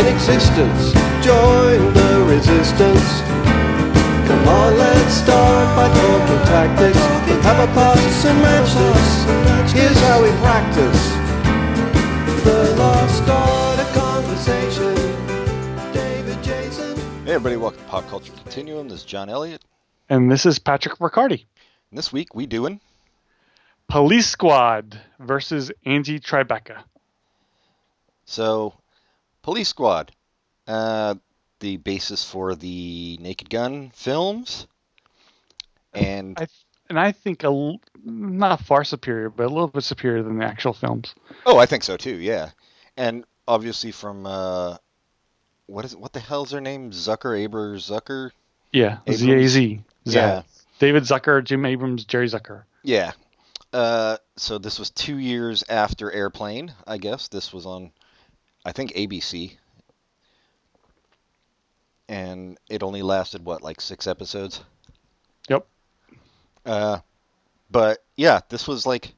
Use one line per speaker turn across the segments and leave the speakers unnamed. existence. Join the resistance. Come on, let's start by talking tactics. Have a pass and match us. Here's how we practice. The lost art of conversation. David Jason.
Hey everybody, welcome to Pop Culture Continuum. This is John Elliott.
And this is Patrick Riccardi.
And this week we doing
Police Squad versus Angie Tribeca.
so Police Squad, uh, the basis for the Naked Gun films, and
I and I think a l- not far superior, but a little bit superior than the actual films.
oh, I think so too, yeah, and obviously from uh, what is what the hell's her name? Zucker Aber Zucker.
Yeah,
Abrams?
Z A Z. David Zucker, Jim Abrams, Jerry Zucker.
Yeah. Uh, so this was two years after Airplane, I guess. This was on, I think, ABC. And it only lasted, what, like six episodes?
Yep.
Uh, but yeah, this was like,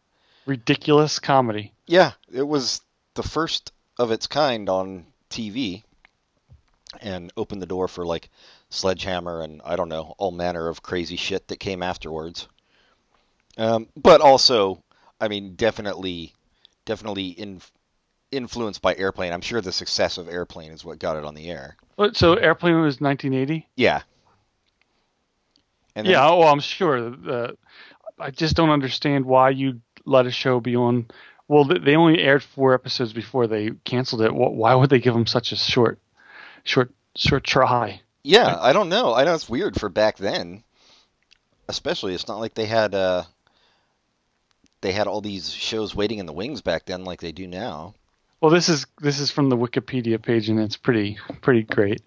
Ridiculous comedy.
yeah, it was the first of its kind on TV and opened the door for like Sledgehammer and I don't know, all manner of crazy shit that came afterwards. Um, but also, I mean, definitely, definitely in, influenced by Airplane. I'm sure the success of Airplane is what got it on the air.
What- Oh, So Airplane was 1980.
Yeah. And then-
Yeah, oh, I'm sure. Uh, I just don't understand why you let a show be on. Well, th- they only aired four episodes before they canceled it. Wh- Why would they give them such a short, short, short try?
Yeah, I don't know. I know it's weird for back then. Especially, it's not like they had uh they had all these shows waiting in the wings back then like they do now.
Well, this is this is from the Wikipedia page, and it's pretty pretty great.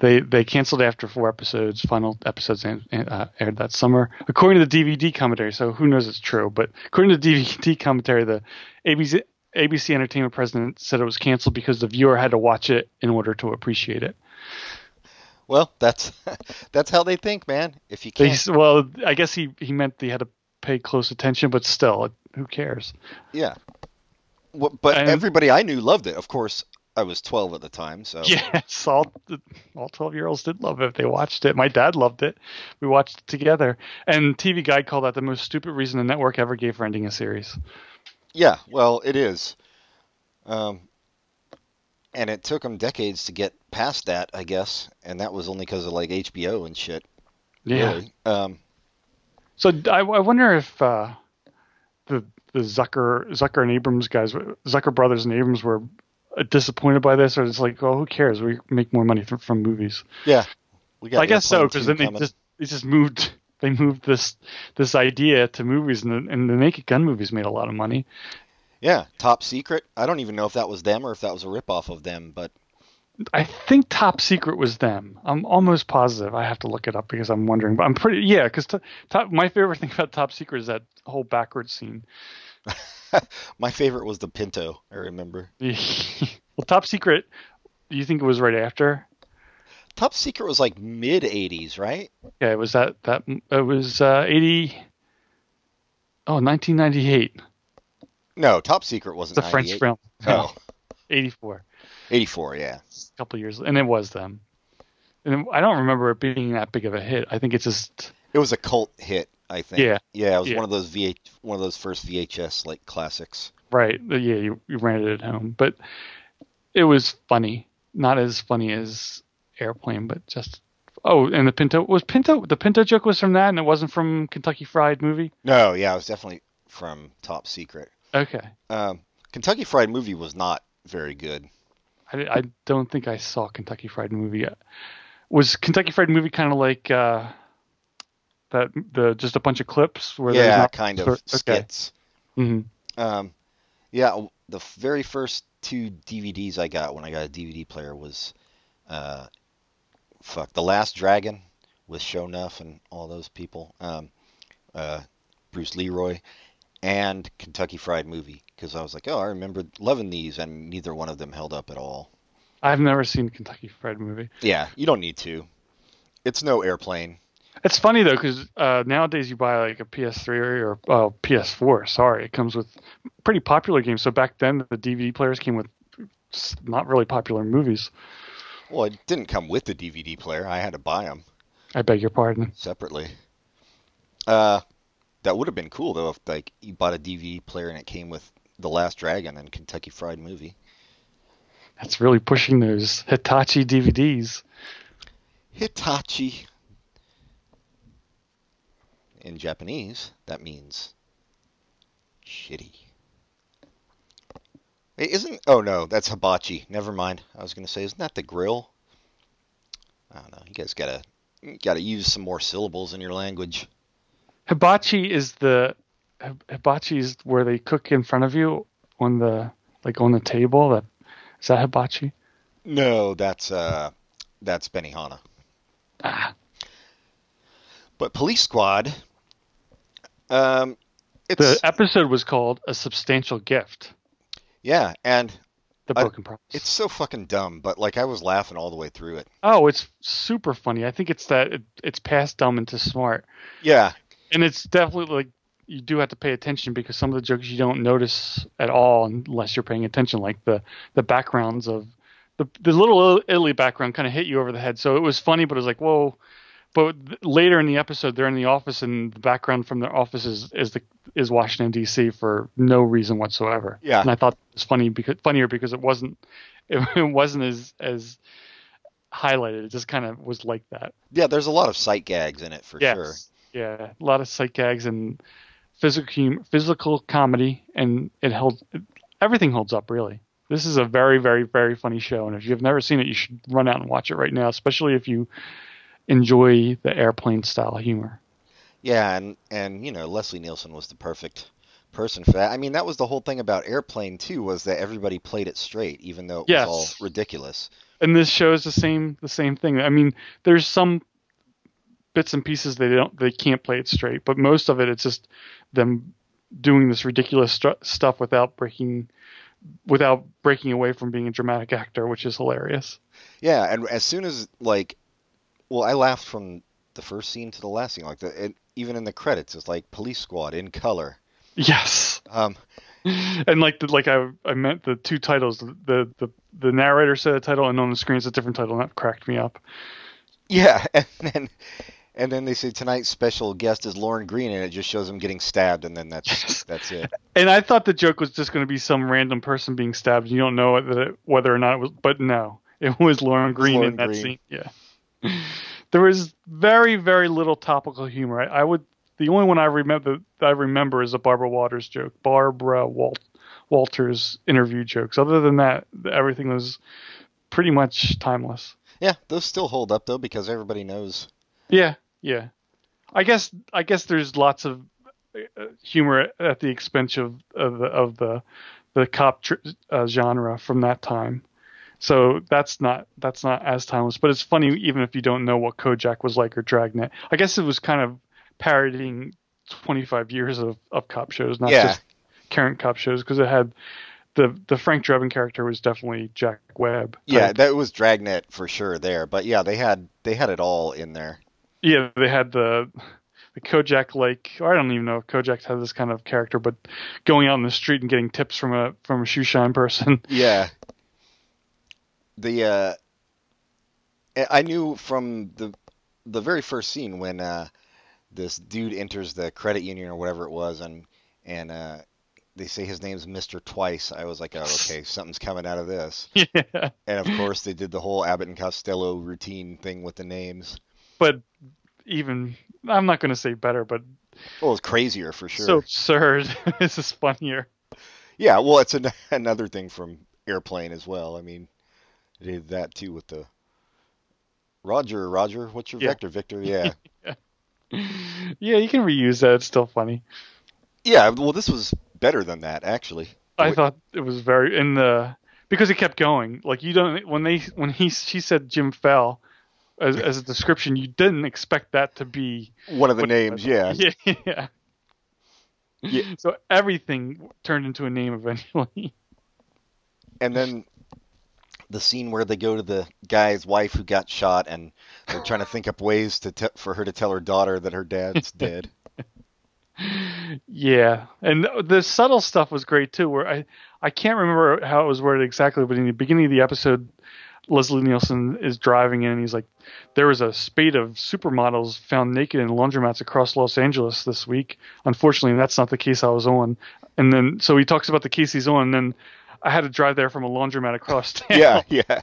They they canceled after four episodes. Final episodes an- an- uh, aired that summer, according to the DVD commentary. So who knows it's true? But according to the DVD commentary, the ABC ABC Entertainment president said it was canceled because the viewer had to watch it in order to appreciate it.
Well, that's that's how they think, man. If you
They,
can't,
s- well, I guess he he meant they had to pay close attention, but still, who cares?
yeah. Wha- But
And-
everybody I knew loved it. Of course, I was 12 at the time, so
Yes, all all twelve year olds did love it. They watched it. My dad loved it. We watched it together. And TV Guide called that the most stupid reason the network ever gave for ending a series.
Yeah, well, it is. Um, and it took them decades to get past that, I guess, and that was only because of like HBO and shit, really. Um,
So I, I wonder if uh, the the Zucker Zucker and Abrams guys, were- Zucker brothers and Abrams were uh, disappointed by this, or it's like, well, who cares? We make more money from, from movies.
yeah. We got
I guess so,
Airplane 2
because then they
coming.
just they just moved they moved this this idea to movies, and the, and the Naked Gun movies made a lot of money.
Yeah, Top Secret. I don't even know if that was them or if that was a ripoff of them, but
I think Top Secret was them. I'm almost positive. I have to look it up because I'm wondering, but I'm pretty yeah. Because top, my favorite thing about Top Secret is that whole backwards scene.
my favorite was the Pinto, I remember.
well, Top Secret, do you think it was right after?
Top Secret was like mid 80s, right?
Yeah, it was that that it was uh, 80. Oh, 1998,
No, Top Secret wasn't
the French
98.
film.
Oh,
84,
84, yeah.
a couple years, and it was them. And I don't remember it being that big of a hit. I think it's just
It was a cult hit, I think.
Yeah.
Yeah, it was
Yeah.
one of those VH one of those first VHS like classics.
Right. Yeah, you, you rented it at home, but it was funny. Not as funny as Airplane, but just oh, and the Pinto was Pinto. The Pinto joke was from that, and it wasn't from Kentucky Fried Movie.
No, yeah, it was definitely from Top Secret.
Okay,
Um, Kentucky Fried Movie was not very good.
I, I don't think I saw Kentucky Fried Movie. Was Kentucky Fried Movie kind of like uh, that? The just a bunch of clips where there's
yeah,
not,
kind of
okay.
skits.
hmm
Um, yeah, w- the f- very first two DVDs I got when I got a DVD player was, uh, fuck, The Last Dragon with Shonuff and all those people, um, uh, Bruce Leroy, and Kentucky Fried Movie because I was like, oh, I remember loving these, and neither one of them held up at all.
I've never seen Kentucky Fried Movie.
Yeah, you don't need to. It's no airplane.
It's funny though, because uh, nowadays you buy like a PS3 or uh, PS4. Sorry, it comes with pretty popular games. So back then, the DVD players came with s- not really popular movies.
Well, it didn't come with the DVD player. I had to buy them
I beg your pardon.
separately. Uh, that would have been cool though if like you bought a DVD player and it came with The Last Dragon and Kentucky Fried Movie.
That's really pushing those Hitachi DVDs.
Hitachi. In Japanese, that means shitty. It isn't. Oh no, that's hibachi. Never mind. I was gonna say, isn't that the grill? I don't know. You guys gotta you gotta use some more syllables in your language.
Hibachi is the hi- hibachi is where they cook in front of you on the like on the table. That is that hibachi.
No, that's uh, that's Benihana.
Ah,
But Police Squad. Um, it's
the episode was called "A Substantial Gift."
yeah, and
The
I-
Broken Promise.
it's so fucking dumb. But like, I was laughing all the way through it.
oh, it's super funny. I think it's that it, it's past dumb into smart,
Yeah,
and it's definitely like you do have to pay attention because some of the jokes you don't notice at all unless you're paying attention, like the the backgrounds of the the little Italy background kind of hit you over the head. So it was funny, but it was like whoa. But th- later in the episode, they're in the office, and the background from their office is, is the is Washington D.C. for no reason whatsoever.
Yeah.
and I thought it was funny because funnier because it wasn't it, it wasn't as as highlighted. It just kind of was like that.
yeah. There's a lot of sight gags in it for sure.
Yeah, a lot of sight gags and physical hum- physical comedy, and it held everything holds up really. This is a very, very, very funny show, and if you've never seen it, you should run out and watch it right now, especially if you enjoy the airplane style humor.
Yeah, and and you know Leslie Nielsen was the perfect person for that. I mean, that was the whole thing about Airplane too was that everybody played it straight, even though it
Yes.
was all ridiculous.
And this show is the same, the same thing. I mean, there's some bits and pieces they don't, they can't play it straight, but most of it, it's just them doing this ridiculous stu- stuff without breaking, without breaking away from being a dramatic actor, which is hilarious.
Yeah, and as soon as like, well, I laughed from the first scene to the last scene, like the it, even in the credits, it's like Police Squad in color.
Yes,
Um,
and like the, like I I meant the two titles. The the the narrator said a title, and on the screen it's a different title, and that cracked me up.
yeah, and then and then they say tonight's special guest is Lauren Green, and it just shows him getting stabbed, and then that's that's it.
And I thought the joke was just going to be some random person being stabbed. You don't know what- that it, whether or not it was, but no, it was Lauren Green
Lauren
in that
Green.
scene. Yeah, there was very very little topical humor. I, I would the only one I remember that I remember is the Barbara Waters joke, Barbara Walt, Walters interview jokes. Other than that, everything was pretty much timeless.
Yeah, those still hold up though because everybody knows.
Yeah, yeah. I guess I guess there's lots of uh, humor at the expense of of the of the, the cop tr- uh, genre from that time. So that's not that's not as timeless, but it's funny even if you don't know what Kojak was like or Dragnet. I guess it was kind of parodying 25 years of, of cop shows, not
Yeah.
just current cop shows, because it had the the Frank Drebin character was definitely Jack Webb.
Yeah,
type.
that was Dragnet for sure there, but yeah, they had they had it all in there.
Yeah, they had the the Kojak like I don't even know if Kojak had this kind of character, but going out in the street and getting tips from a from a shoe shine person.
Yeah. The uh I- I knew from the the very first scene when uh this dude enters the credit union or whatever it was and and uh they say his name's Mr. Twice. I was like, oh, okay, something's coming out of this.
yeah.
And of course, they did the whole Abbott and Costello routine thing with the names.
But even I'm not gonna say better, but
Well, it's crazier for
so
sure.
absurd. this is funnier.
Yeah, well, it's an, another thing from Airplane as well. I mean, they did that too with the Roger, Roger, what's your
Yeah.
vector, Victor? Yeah.
Yeah, you can reuse that, it's still funny.
Yeah, well, this was better than that, actually.
I
Wait.
thought it was very in the because it kept going. Like you don't when they when he she said Jim fell as as a description, you didn't expect that to be
One of the
What-
names, yeah.
yeah, yeah.
Yeah.
So everything turned into a name eventually.
And then the scene where they go to the guy's wife who got shot, and they're trying to think up ways to te- for her to tell her daughter that her dad's dead.
yeah, and the subtle stuff was great too. Where I I can't remember how it was worded exactly, but in the beginning of the episode, Leslie Nielsen is driving in, and he's like, "There was a spate of supermodels found naked in laundromats across Los Angeles this week. Unfortunately, that's not the case I was on." And then so he talks about the case he's on, and then I had to drive there from a laundromat across town.
yeah, yeah.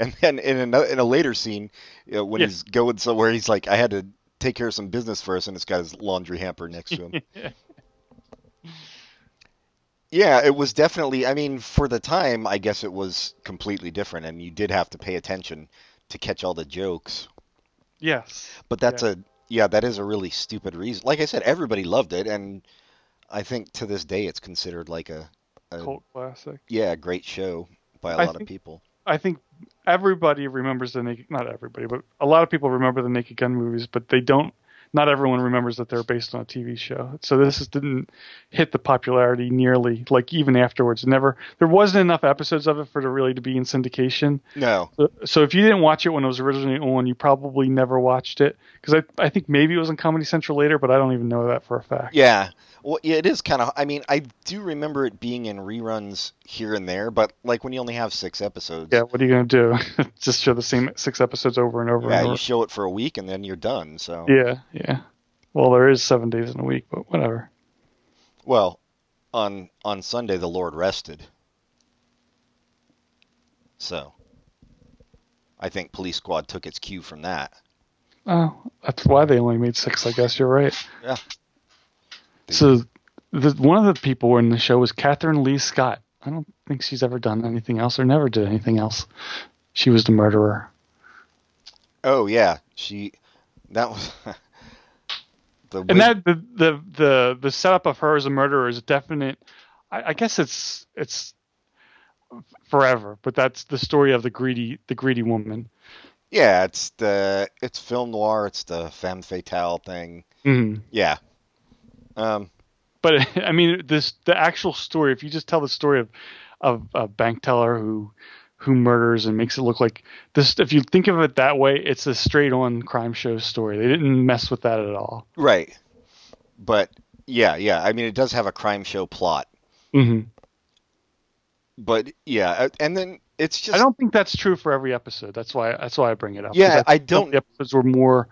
And then in another in a later scene, you know, when
Yes.
he's going somewhere, he's like, "I had to take care of some business first, and it's got his laundry hamper next to him. yeah, it was definitely. I mean, for the time, I guess it was completely different, and you did have to pay attention to catch all the jokes.
Yes.
But that's a yeah, that is a really stupid reason. Like I said, everybody loved it, and I think to this day it's considered like a, a
Cult classic.
yeah, a great show by a
I
lot of
think-
people.
I think everybody remembers the naked not everybody, but a lot of people remember the Naked Gun movies, but they don't not everyone remembers that they're based on a TV show. So this is, didn't hit the popularity nearly like even afterwards. Never there wasn't enough episodes of it for it really to be in syndication.
No,
So, so if you didn't watch it when it was originally on, you probably never watched it because I I think maybe it was on Comedy Central later, but I don't even know that for a fact.
Yeah. Well, yeah, it is kind of. I mean, I do remember it being in reruns here and there, but like when you only have six episodes,
Yeah, what are you gonna do? Just show the same six episodes over and over
yeah,
and
you
over.
show it for a week and then you're done. So,
Yeah, yeah. Well, there is seven days in a week, but whatever.
well, on on Sunday the Lord rested. So, I think Police Squad took its cue from that.
Oh, that's why they only made six. I guess you're right.
Yeah.
So, the, one of the people in the show was Catherine Lee Scott. I don't think she's ever done anything else or never did anything else. She was the murderer.
Oh yeah, she. That was the.
And
way-
that the the the, the setup of her as a murderer is definite. I, I guess it's it's forever, but that's the story of the greedy the greedy woman.
yeah, it's the it's film noir. It's the femme fatale thing.
Mm.
Yeah. Um.
but I mean, this the actual story. If you just tell the story of of a bank teller who who murders and makes it look like this, if you think of it that way, it's a straight on crime show story. They didn't mess with that at all.
Right. But yeah, yeah. I mean, it does have a crime show plot.
hmm
But yeah, a- and then it's just
I don't think that's true for every episode. That's why that's why I bring it up. 'cause
Yeah, I
think some of
don't-
The episodes were more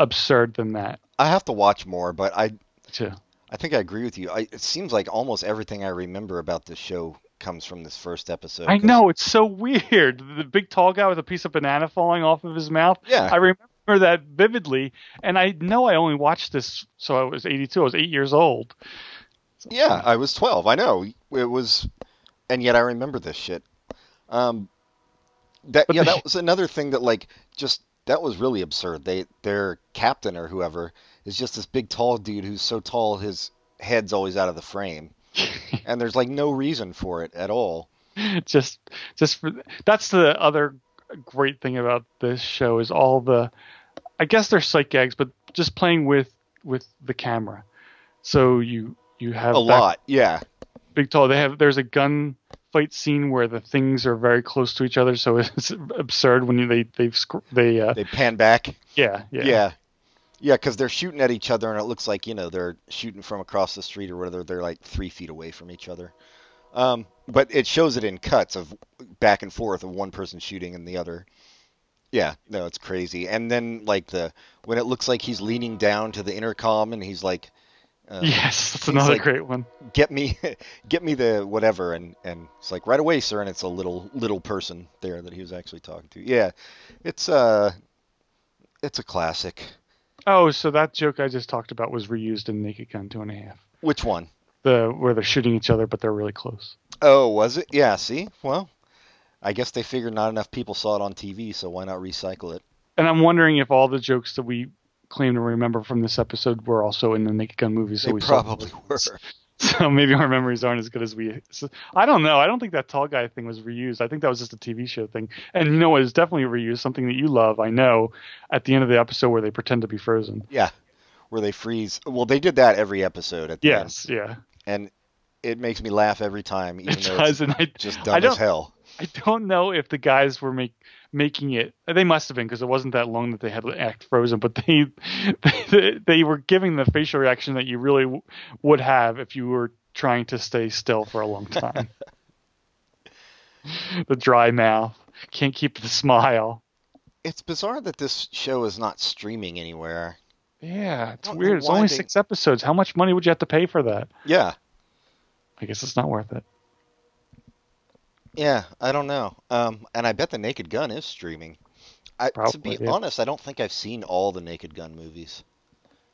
absurd than that
I have to watch more, but I
too.
I think I agree with you. I, it seems like almost everything I remember about this show comes from this first episode.
I
'cause-
know it's so weird. The big tall guy with a piece of banana falling off of his mouth.
Yeah.
I remember that vividly, and I know I only watched this. So I was 82. I was eight years old.
Yeah, I was 12. I know. It was and yet I remember this shit. Um that
But
yeah,
the-
that was another thing that like just that was really absurd. They their captain or whoever is just this big tall dude who's so tall his head's always out of the frame. and there's like no reason for it at all.
just just for that's the other great thing about this show is all the i guess they're sight gags but just playing with with the camera so you you have
A
that
lot. Yeah.
big tall they have there's a gun fight scene where the things are very close to each other so it's absurd when you, they they've scr- they uh
They pan back.
yeah yeah
Yeah. Yeah, because they're shooting at each other, and it looks like, you know, they're shooting from across the street or whether they're like three feet away from each other. Um, but it shows it in cuts of back and forth of one person shooting and the other. Yeah, no, it's crazy. And then, like, the when it looks like he's leaning down to the intercom and he's like, uh,
yes that's
He's
another
like-
great one
get me get me the whatever and and it's like right away sir and it's a little little person there that he was actually talking to yeah it's uh it's a classic
oh so that joke i just talked about was reused in naked gun two and a half
which one?
the where they're shooting each other but they're really close
Oh, was it yeah see well i guess they figured not enough people saw it on tv so why not recycle it
And I'm wondering if all the jokes that we claim to remember from this episode were also in the Naked Gun movie. So
they
we saw-
probably were
so maybe our memories aren't as good as we. So, I don't know. I don't think that tall guy thing was reused. I think that was just a TV show thing. And you know what is definitely reused? Something that you love, I know. At the end of the episode where they pretend to be frozen.
yeah where they freeze well they did that every episode at the end.
Yes, yeah,
and it makes me laugh every time even
it
though it's
does. And I
just
I
dumb
don't-
as hell
I don't know if the guys were make, making it. They must have been because it wasn't that long that they had to act frozen. But they, they they were giving the facial reaction that you really w- would have if you were trying to stay still for a long time. the dry mouth. Can't keep the smile.
It's bizarre that this show is not streaming anywhere.
Yeah, it's
don't know
weird. It's
why
only
they-
six episodes. How much money would you have to pay for that?
Yeah,
I guess it's not worth it.
yeah, I don't know. Um, and I bet the Naked Gun is streaming. I, to
Probably,
be
yeah.
honest, I don't think I've seen all the Naked Gun movies.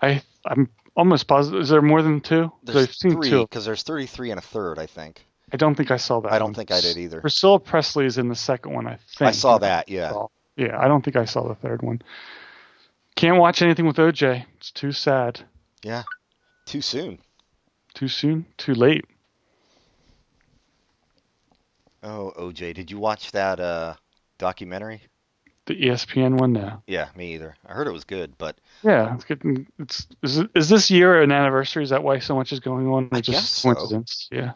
I I'm almost positive. Is there more than two? 'Cause
There's
I've seen
three
two.
because there's 33 and a third, I think.
I don't think I saw that.
I don't
one.
think I did either.
Priscilla Presley is in the second one. I think
I saw that. Yeah.
saw. Yeah, I don't think I saw the third one. Can't watch anything with OJ. It's too sad.
Too soon.
Too soon. Too late.
Oh, OJ, did you watch that uh, documentary?
The E ESPN one now.
Yeah, me either. I heard it was good, but
Yeah, it's getting. It's is, it- is this year an anniversary? Is that why so much is going on?
I
Or just
guess so.
coincidence? Yeah.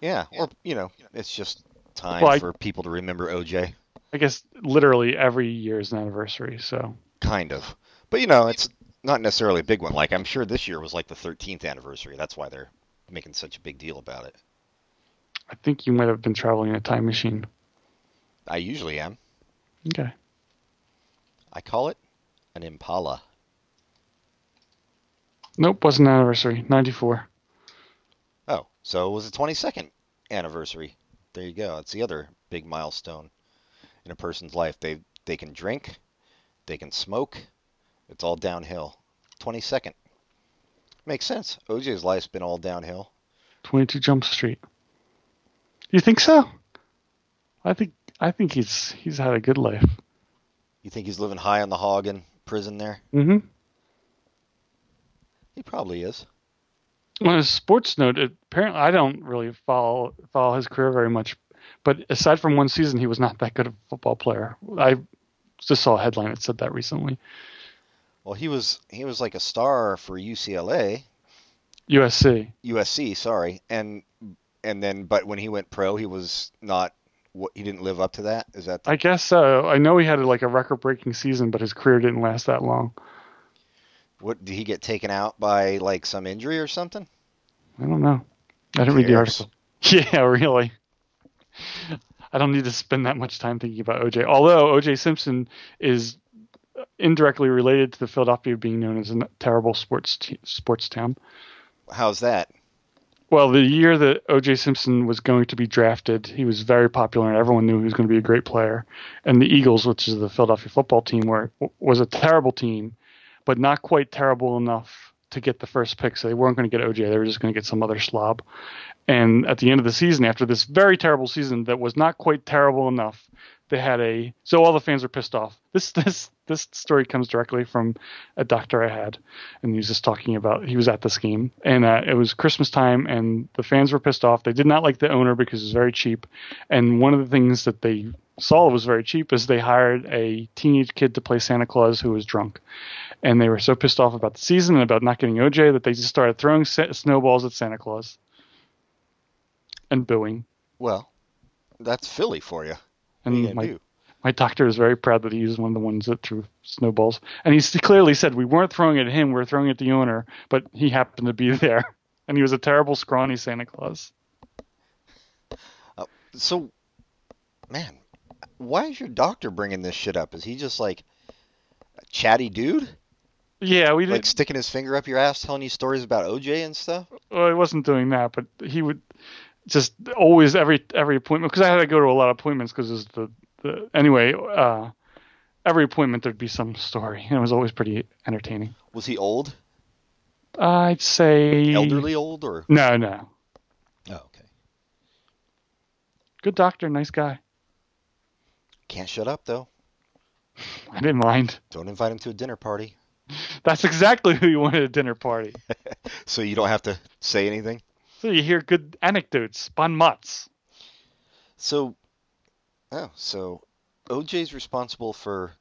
yeah, or you know, it's just time
Well, I-
for people to remember OJ,
I guess literally every year is an anniversary. So
kind of. But you know, it's not necessarily a big one. Like I'm sure this year was like the 13th anniversary. That's why they're making such a big deal about it.
I think you might have been traveling in a time machine.
I usually am.
Okay.
I call it an Impala.
Nope, wasn't an anniversary. Ninety four.
Oh, so it was the 22nd anniversary. There you go. It's the other big milestone in a person's life. They they can drink, they can smoke. It's all downhill. 22nd. Makes sense. OJ's life's been all downhill.
22 Jump Street. You think so? I think I think he's he's had a good life.
You think he's living high on the hog in prison there?
Mm-hmm.
He probably is.
On a sports note, apparently I don't really follow follow his career very much, but aside from one season, he was not that good of a football player. I just saw a headline that said that recently.
Well, he was he was like a star for UCLA,
USC.
USC, sorry. And and then but when he went pro, he was not what he didn't live up to that. Is that the
I guess so. I know he had like a record-breaking season, but his career didn't last that long.
What did he get taken out by like some injury or something?
I don't know. I didn't read the
Cares.
article. Yeah, really. I don't need to spend that much time thinking about OJ. Although OJ Simpson is indirectly related to the Philadelphia being known as a n- terrible sports t- sports town.
How's that?
Well, the year that OJ Simpson was going to be drafted, he was very popular and everyone knew he was going to be a great player. And the Eagles, which is the Philadelphia football team, were was a terrible team, but not quite terrible enough to get the first pick. So they weren't going to get OJ, they were just going to get some other slob. And at the end of the season, after this very terrible season that was not quite terrible enough, they had a so all the fans are pissed off. This this this story comes directly from a doctor I had, and he was just talking about he was at this game, and uh, it was Christmas time, and the fans were pissed off. They did not like the owner because it was very cheap, and one of the things that they saw was very cheap is they hired a teenage kid to play Santa Claus who was drunk, and they were so pissed off about the season and about not getting OJ that they just started throwing sa- snowballs at Santa Claus and booing.
Well, that's Philly for you. What you
And
gonna
my,
do?
my doctor is very proud that he was one of the ones that threw snowballs. And he s- clearly said, We weren't throwing at him, we were throwing at the owner, but he happened to be there. And he was a terrible, scrawny Santa Claus.
So, man, why is your doctor bringing this shit up? Is he just like a chatty dude,
Yeah, we
like
did.
sticking his finger up your ass, telling you stories about OJ and stuff?
Well, I wasn't doing that, but he would just always every every appointment because I had to go to a lot of appointments because was the the anyway. Uh, every appointment there'd be some story, and it was always pretty entertaining.
Was he old,
I'd say
elderly old, or?
No, no,
Oh, okay.
good doctor, nice guy.
Can't shut up though.
I didn't mind.
Don't invite him to a dinner party,
That's exactly who you want at a dinner party.
so you don't have to say anything.
So you hear good anecdotes, bon mots.
So, oh, so OJ's responsible for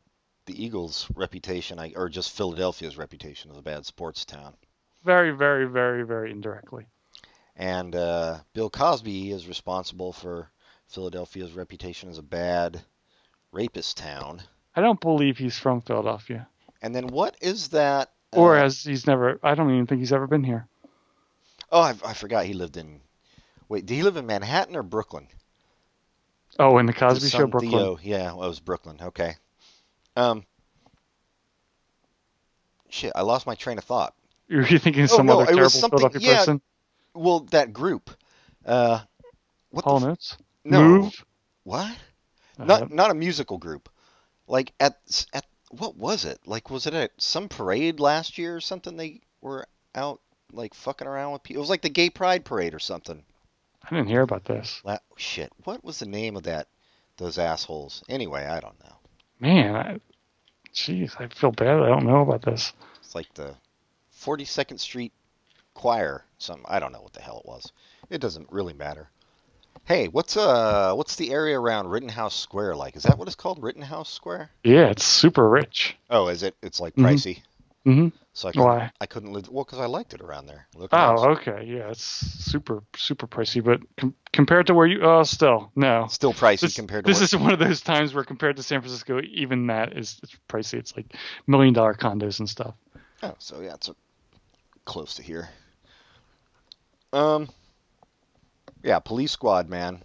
the Eagles' reputation, I, or just Philadelphia's reputation as a bad sports town.
Very, very, very, very indirectly.
And uh, Bill Cosby is responsible for Philadelphia's reputation as a bad rapist town.
I don't believe he's from Philadelphia,
And then what is that?
or
uh,
as he's never. I don't even think he's ever been here.
oh, I, I forgot he lived in. Wait, did he live in Manhattan or Brooklyn?
Oh, in the Cosby
His
Show,
son
Brooklyn.
Theo. Yeah, well, it was Brooklyn. Okay. Um. Shit, I lost my train of thought.
You're thinking of
Oh,
some
no,
other
it was
terrible
something-
Philadelphia
yeah,
person?
Well, that group. Uh, what
Hall
the? f-
Notes?
no.
Move?
What?
Uh,
Not not a musical group. Like at s- at what was it? Like was it at some parade last year or something? They were out like fucking around with people. It was like the Gay Pride Parade or something.
I didn't hear about this.
La- shit, what was the name of that? Those assholes. Anyway, I don't know.
Man, I, jeez, I feel bad. that I don't know about this.
It's like the 42nd Street Choir. Some I don't know what the hell it was. It doesn't really matter. Hey, what's uh what's the area around Rittenhouse Square like? Is that what it's called, Rittenhouse Square?
Yeah, it's super rich.
Oh, is it? It's like
Mhm.
pricey.
hmm
So I couldn't,
Why?
I couldn't live. Well, because I liked it around there. Look
Oh, okay. Yeah, it's super, super pricey. But com- compared to where you, oh, still no.
still pricey
This,
compared to
this
what,
is one of those times where compared to San Francisco, even that is it's pricey. It's like million dollar condos and stuff.
Oh, so yeah, it's a, close to here. Um, yeah, police squad, man.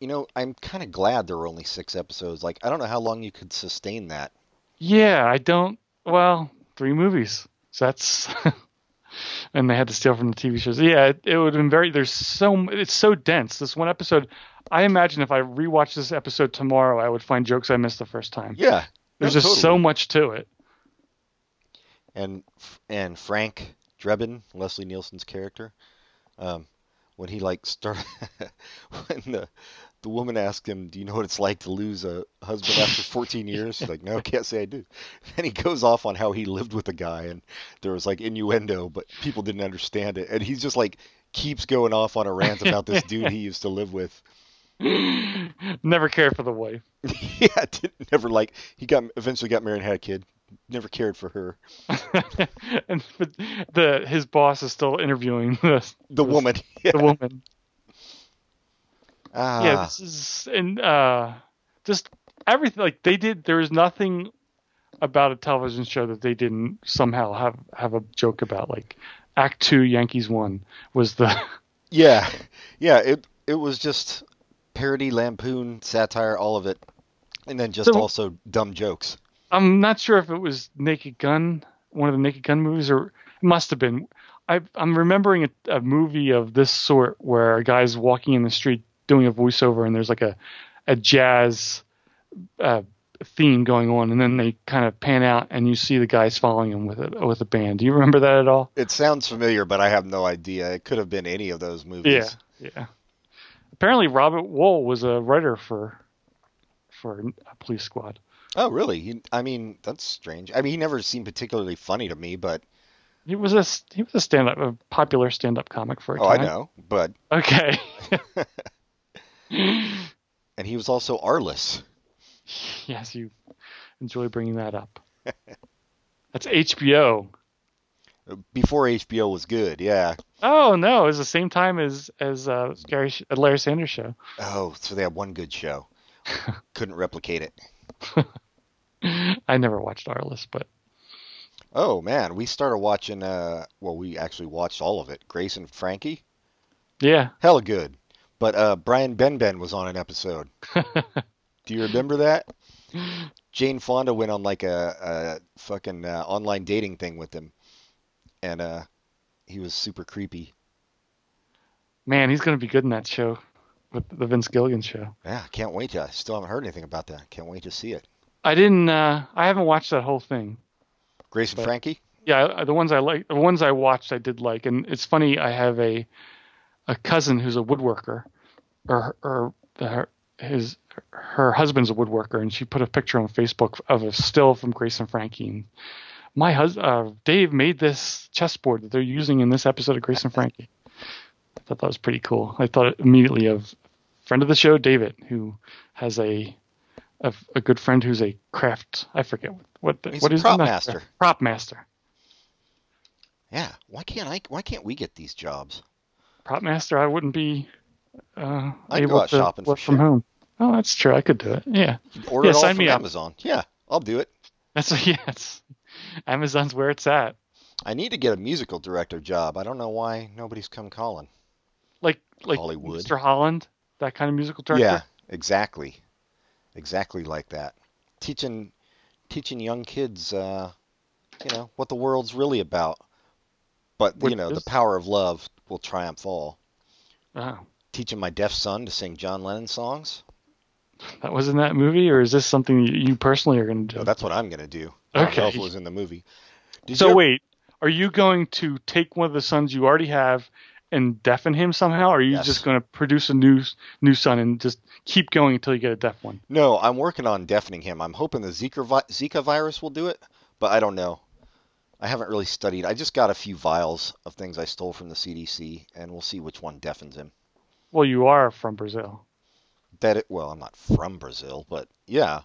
You know, I'm kind of glad there were only six episodes. Like, I don't know how long you could sustain that.
Yeah, I don't. Well, three movies. So that's. and they had to steal from the TV shows. Yeah, it, it would have been very. There's so. m- It's so dense. This one episode. I imagine if I rewatch this episode tomorrow, I would find jokes I missed the first time.
Yeah,
There's just so much to it.
and and Frank Drebin, Leslie Nielsen's character, um, when he like start when the the woman asked him, "Do you know what it's like to lose a husband after 14 years?" He's like, "No, can't say I do." And he goes off on how he lived with a guy, and there was like innuendo, but people didn't understand it, and he's just like keeps going off on a rant about this dude he used to live with.
Never cared for the wife.
yeah, didn't, never like he got eventually got married and had a kid. Never cared for her.
and but the his boss is still interviewing the
The woman. Yeah.
the woman.
Ah.
yeah this is and uh just everything like they did there is nothing about a television show that they didn't somehow have have a joke about like act two yankees one was the
Yeah, yeah. It it was just parody, lampoon, satire, all of it, and then just
So-
also dumb jokes.
i'm not sure if it was naked gun one of the naked gun movies or it must have been I, i'm remembering a, a movie of this sort where a guy's walking in the street doing a voiceover and there's like a a jazz uh, theme going on, and then they kind of pan out, and you see the guys following him with a with a band. Do you remember that at all?
It sounds familiar, but I have no idea. It could have been any of those movies.
yeah. Apparently, Robert Wool was a writer for for a police squad.
Oh, really? He, I mean, that's strange. I mean, he never seemed particularly funny to me, but
He was a s- he was a stand up a popular stand up comic for a
oh, I
time.
know. But
Okay.
and he was also Arliss.
yes, you enjoy bringing that up. That's HBO.
Before HBO was good, yeah.
Oh no, it was the same time as as uh, Gary Sh- Larry Sanders show.
Oh, so they had one good show. Couldn't replicate it.
I never watched Arliss, but
Oh man, we started watching. Uh, well, we actually watched all of it. Grace and Frankie.
yeah,
Hella good. But uh, Brian Benben was on an episode. Do you remember that? Jane Fonda went on like a, a fucking uh, online dating thing with him, and uh, he was super creepy.
man, he's gonna be good in that show, with the Vince Gilligan show.
Yeah, I can't wait to. I still haven't heard anything about that. Can't wait to see it.
I didn't, uh, I haven't watched that whole thing.
Grace and
But-
Frankie.
Yeah, I- the ones I like, the ones I watched, I did like, and it's funny. I have a a cousin who's a woodworker, or or the, her his her husband's a woodworker, and she put a picture on Facebook of a still from Grace and Frankie. And my husband uh, Dave made this chessboard that they're using in this episode of Grace and Frankie. I thought that was pretty cool. I thought immediately of friend of the show David, who has a a, a good friend who's a craft. I forget what the,
He's
what
a
is
prop
not-
master.
Prop master.
Yeah. Why can't I? Why can't we get these jobs?
prop master, I wouldn't be uh,
I'd go
able
out
to
shopping for
work from
shit.
home. Oh, that's true. I could do it. Yeah,
Order
Yeah,
it all
sign
from
me up.
Amazon. Yeah, I'll do it.
that's yeah. It's, Amazon's where it's at.
I need to get a musical director job. I don't know why nobody's come calling.
Like like
Hollywood.
Mr. Holland. that kind of musical director.
Yeah, exactly, exactly like that. Teaching teaching young kids, uh, you know, what the world's really about. But
What
you know, the
is-
power of love will triumph all.
Wow.
Teaching my deaf son to sing John Lennon songs.
That was in that movie, or is this something you you personally are going to do?
No, that's what I'm gonna do. I don't know if
Okay.
it was in the movie. Did
so
you-
wait, are you going to take one of the sons you already have and deafen him somehow, or are you
Yes.
just going to produce a new new son and just keep going until you get a deaf one?
No, I'm working on deafening him. I'm hoping the Zika, vi- Zika virus will do it, but I don't know. I haven't really studied. I just got a few vials of things I stole from the CDC, and we'll see which one deafens him.
Well, you are from Brazil.
That it, well, I'm not from Brazil, but yeah.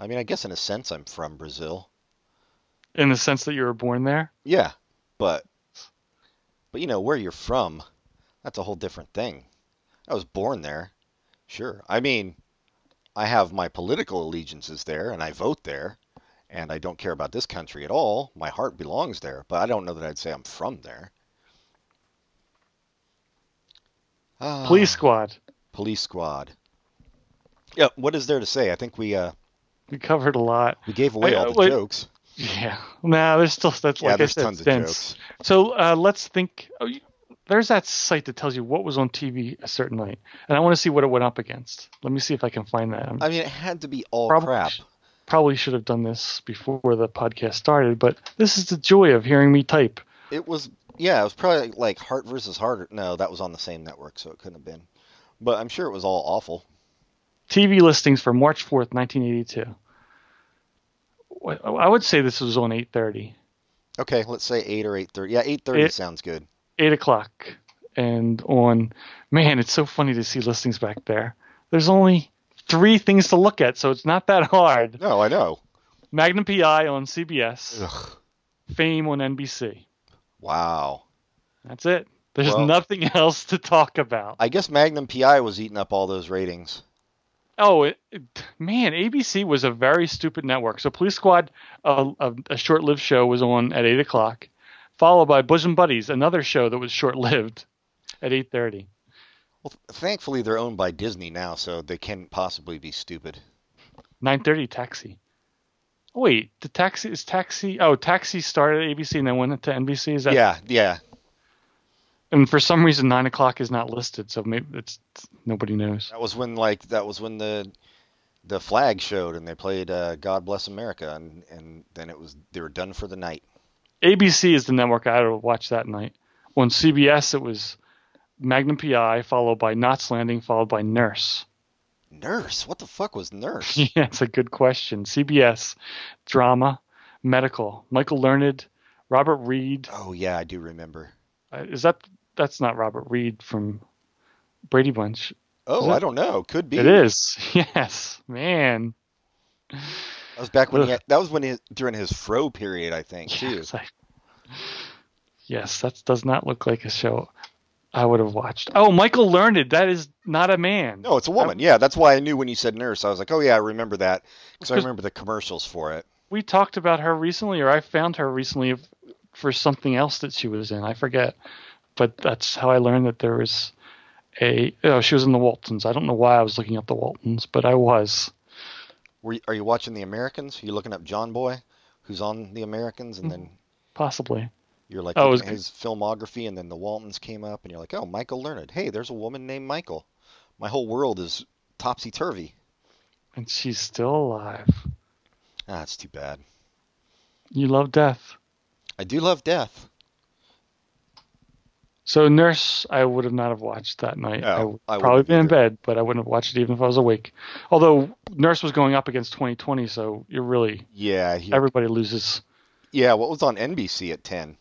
I mean, I guess in a sense I'm from Brazil.
In the sense that you were born there?
Yeah, but but you know where you're from, that's a whole different thing. I was born there. Sure. I mean, I have my political allegiances there and I vote there and I don't care about this country at all. My heart belongs there, but I don't know that I'd say I'm from there. Ah,
Police squad.
police squad. Yeah, what is there to say? I think we uh
We covered a lot.
we gave away
I-
all
I
the
like-
jokes.
Yeah. Nah, there's still that's
yeah,
like I
there's
said,
tons of
dense.
jokes.
So uh, let's think. Oh, you, there's that site that tells you what was on TV a certain night, and I want to see what it went up against. Let me see if I can find that. I
I mean, it had to be all
Probably
crap.
probably should have done this before the podcast started, but this is the joy of hearing me type.
It was yeah, it was probably like Heart versus Heart. No, that was on the same network, so it couldn't have been. But I'm sure it was all awful.
TV listings for March 4th, 1982. What- I would say this was on 8:30,
Okay, let's say eight or eight thirty. Yeah, eight thirty
It-
sounds good.
8 o'clock, and on. Man, it's so funny to see listings back there. There's only three things to look at, so it's not that hard.
No, I know.
Magnum PI on CBS.
Ugh,
Fame on NBC.
wow.
That's it. There's
Well-
nothing else to talk about.
I guess Magnum PI was eating up all those ratings.
Oh, it, it, man, ABC was a very stupid network. So Police Squad, a, a, a short-lived show, was on at eight o'clock, followed by Bosom Buddies, another show that was short-lived, at eight thirty.
Well, thankfully they're owned by Disney now, so they can't possibly be stupid.
Nine thirty, Taxi. Oh, wait, the Taxi is Taxi. Oh, Taxi started at ABC and then went to NBC. Is that?
yeah, yeah.
And for some reason, nine o'clock is not listed, so maybe it's nobody knows.
That was when like that was when the the flag showed and they played uh, God Bless America and and then it was they were done for the night.
ABC is the network I would watch that night. On CBS, it was Magnum PI, followed by Knots Landing, followed by Nurse.
Nurse, what the fuck was Nurse?
yeah, it's a good question. CBS, drama, medical, Michael Learned, Robert Reed.
Oh yeah, I do remember.
Uh, Is that that's not Robert Reed from Brady Bunch?
Oh,
Is it?
I don't know. Could be.
It is. Yes, man.
That was back when he
Ugh.
had, that was when he, during his fro period, I think, too.
Yes, I- yes, that does not look like a show I would have watched. Oh, Michael Learned. That is not a man.
No, it's a woman. Yeah, that's why I knew when you said nurse. I was like, oh yeah, I remember that because I remember the commercials for it.
we talked about her recently, or I found her recently f- for something else that she was in. I forget, but that's how I learned that there was a. Oh, she was in the Waltons. I don't know why I was looking up the Waltons, but I was.
Were you, are you watching The Americans? Are you looking up John Boy, who's on The Americans, and
Mm-hmm.
then
Possibly.
you're like
Oh, it was
looking at his filmography, and then the Waltons came up, and you're like, oh, Michael Learned. Hey, there's a woman named Michael. My whole world is topsy turvy.
And she's still alive.
Ah, that's too bad.
You love death.
I do love death.
So, Nurse, I would have not have watched that night.
No,
I would
Oh, I
probably
wouldn't
been in
either.
bed, but I wouldn't have watched it even if I was awake. Although, Nurse was going up against 2020, so you're really,
Yeah, he,
everybody loses.
yeah. What was on NBC at ten?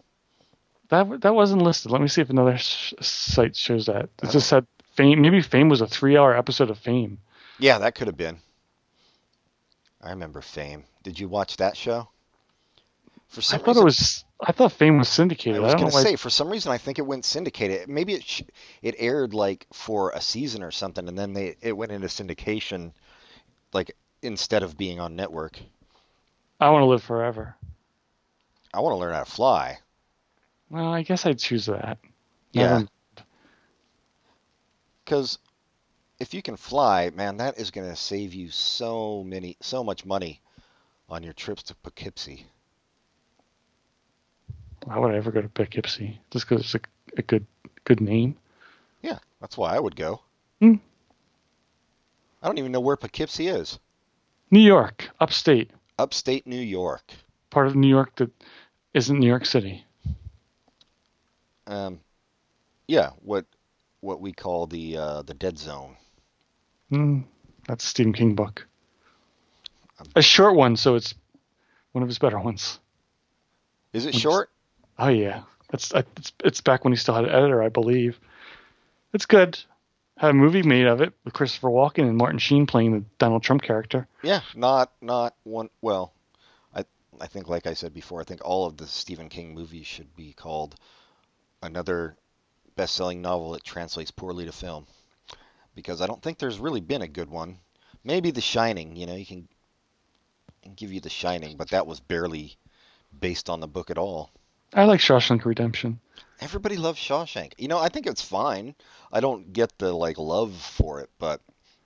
That that wasn't listed. Let me see if another sh- site shows that. It
Uh-huh.
just said Fame. Maybe Fame was a three-hour episode of Fame.
Yeah, that could have been. I remember Fame. Did you watch that show? For
I
some
thought
reason,
it was. I thought Fame was
I
syndicated. I,
was
don't
gonna
know why.
say for some reason I think it went syndicated. Maybe it sh- it aired like for a season or something, and then they it went into syndication, like instead of being on network.
I want to live forever.
I want to learn how to fly.
Well, I guess I'd choose that.
Yeah,
Um,
because if you can fly, man, that is going to save you so many, so much money on your trips to Poughkeepsie.
Why would I ever go to Poughkeepsie? Just because it's a, a good good name.
Yeah, that's why I would go.
Hmm.
I don't even know where Poughkeepsie is.
New York, upstate,
Upstate New York.
part of New York that isn't New York City.
Um, yeah, what what we call the uh, the dead zone.
Mm, that's a Stephen King book. A short one, so it's one of his better ones.
Is it short?
Oh yeah, that's I- it's it's back when he still had an editor, I believe. It's good. Had a movie made of it with Christopher Walken and Martin Sheen playing the Donald Trump character.
Yeah, not not one. Well, I I think like I said before, I think all of the Stephen King movies should be called another best-selling novel that translates poorly to film, because I don't think there's really been a good one. Maybe The Shining. You know, you can, can give you The Shining, but that was barely based on the book at all.
I like Shawshank Redemption.
Everybody loves Shawshank. You know, I think it's fine. I don't get the like love for it, but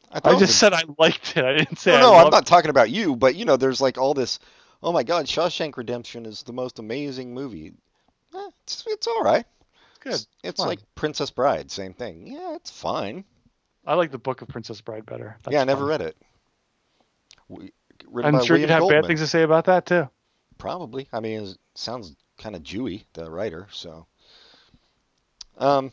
I, thought
I
it was
just
a-
said I liked it. I didn't say
no,
I
Oh. no, I'm
loved
not talking about you, but you know, there's like all this. Oh my God, Shawshank Redemption is the most amazing movie. Eh, it's it's all right.
it. Good.
It's, it's
fine.
like Princess Bride, same thing. Yeah, it's fine.
I like the Book of Princess Bride better. That's
yeah, I never
fine.
read it. We, written
I'm
by
sure
William
you'd have
Goldman.
bad things to say about that too.
Probably. I mean, it sounds kind of Jewy, the writer. So, um,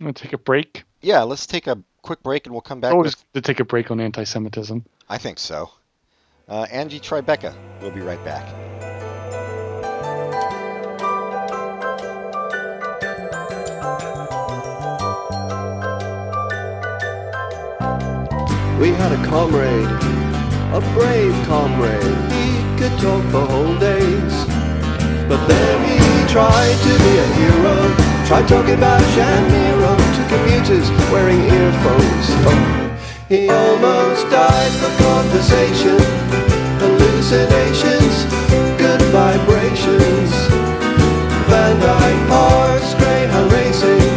I'm gonna take a break.
yeah, let's take a quick break and we'll come back. with-
Always good to take a break on anti-Semitism.
I think so. Uh, Angie Tribeca. We'll be right back.
We had a comrade, a brave comrade. He could talk for whole days. But then he tried to be a hero. Tried talking about Shamiro to commuters wearing earphones. He almost died for conversation. Hallucinations, good vibrations. Van Dyke Parks, greyhound racing,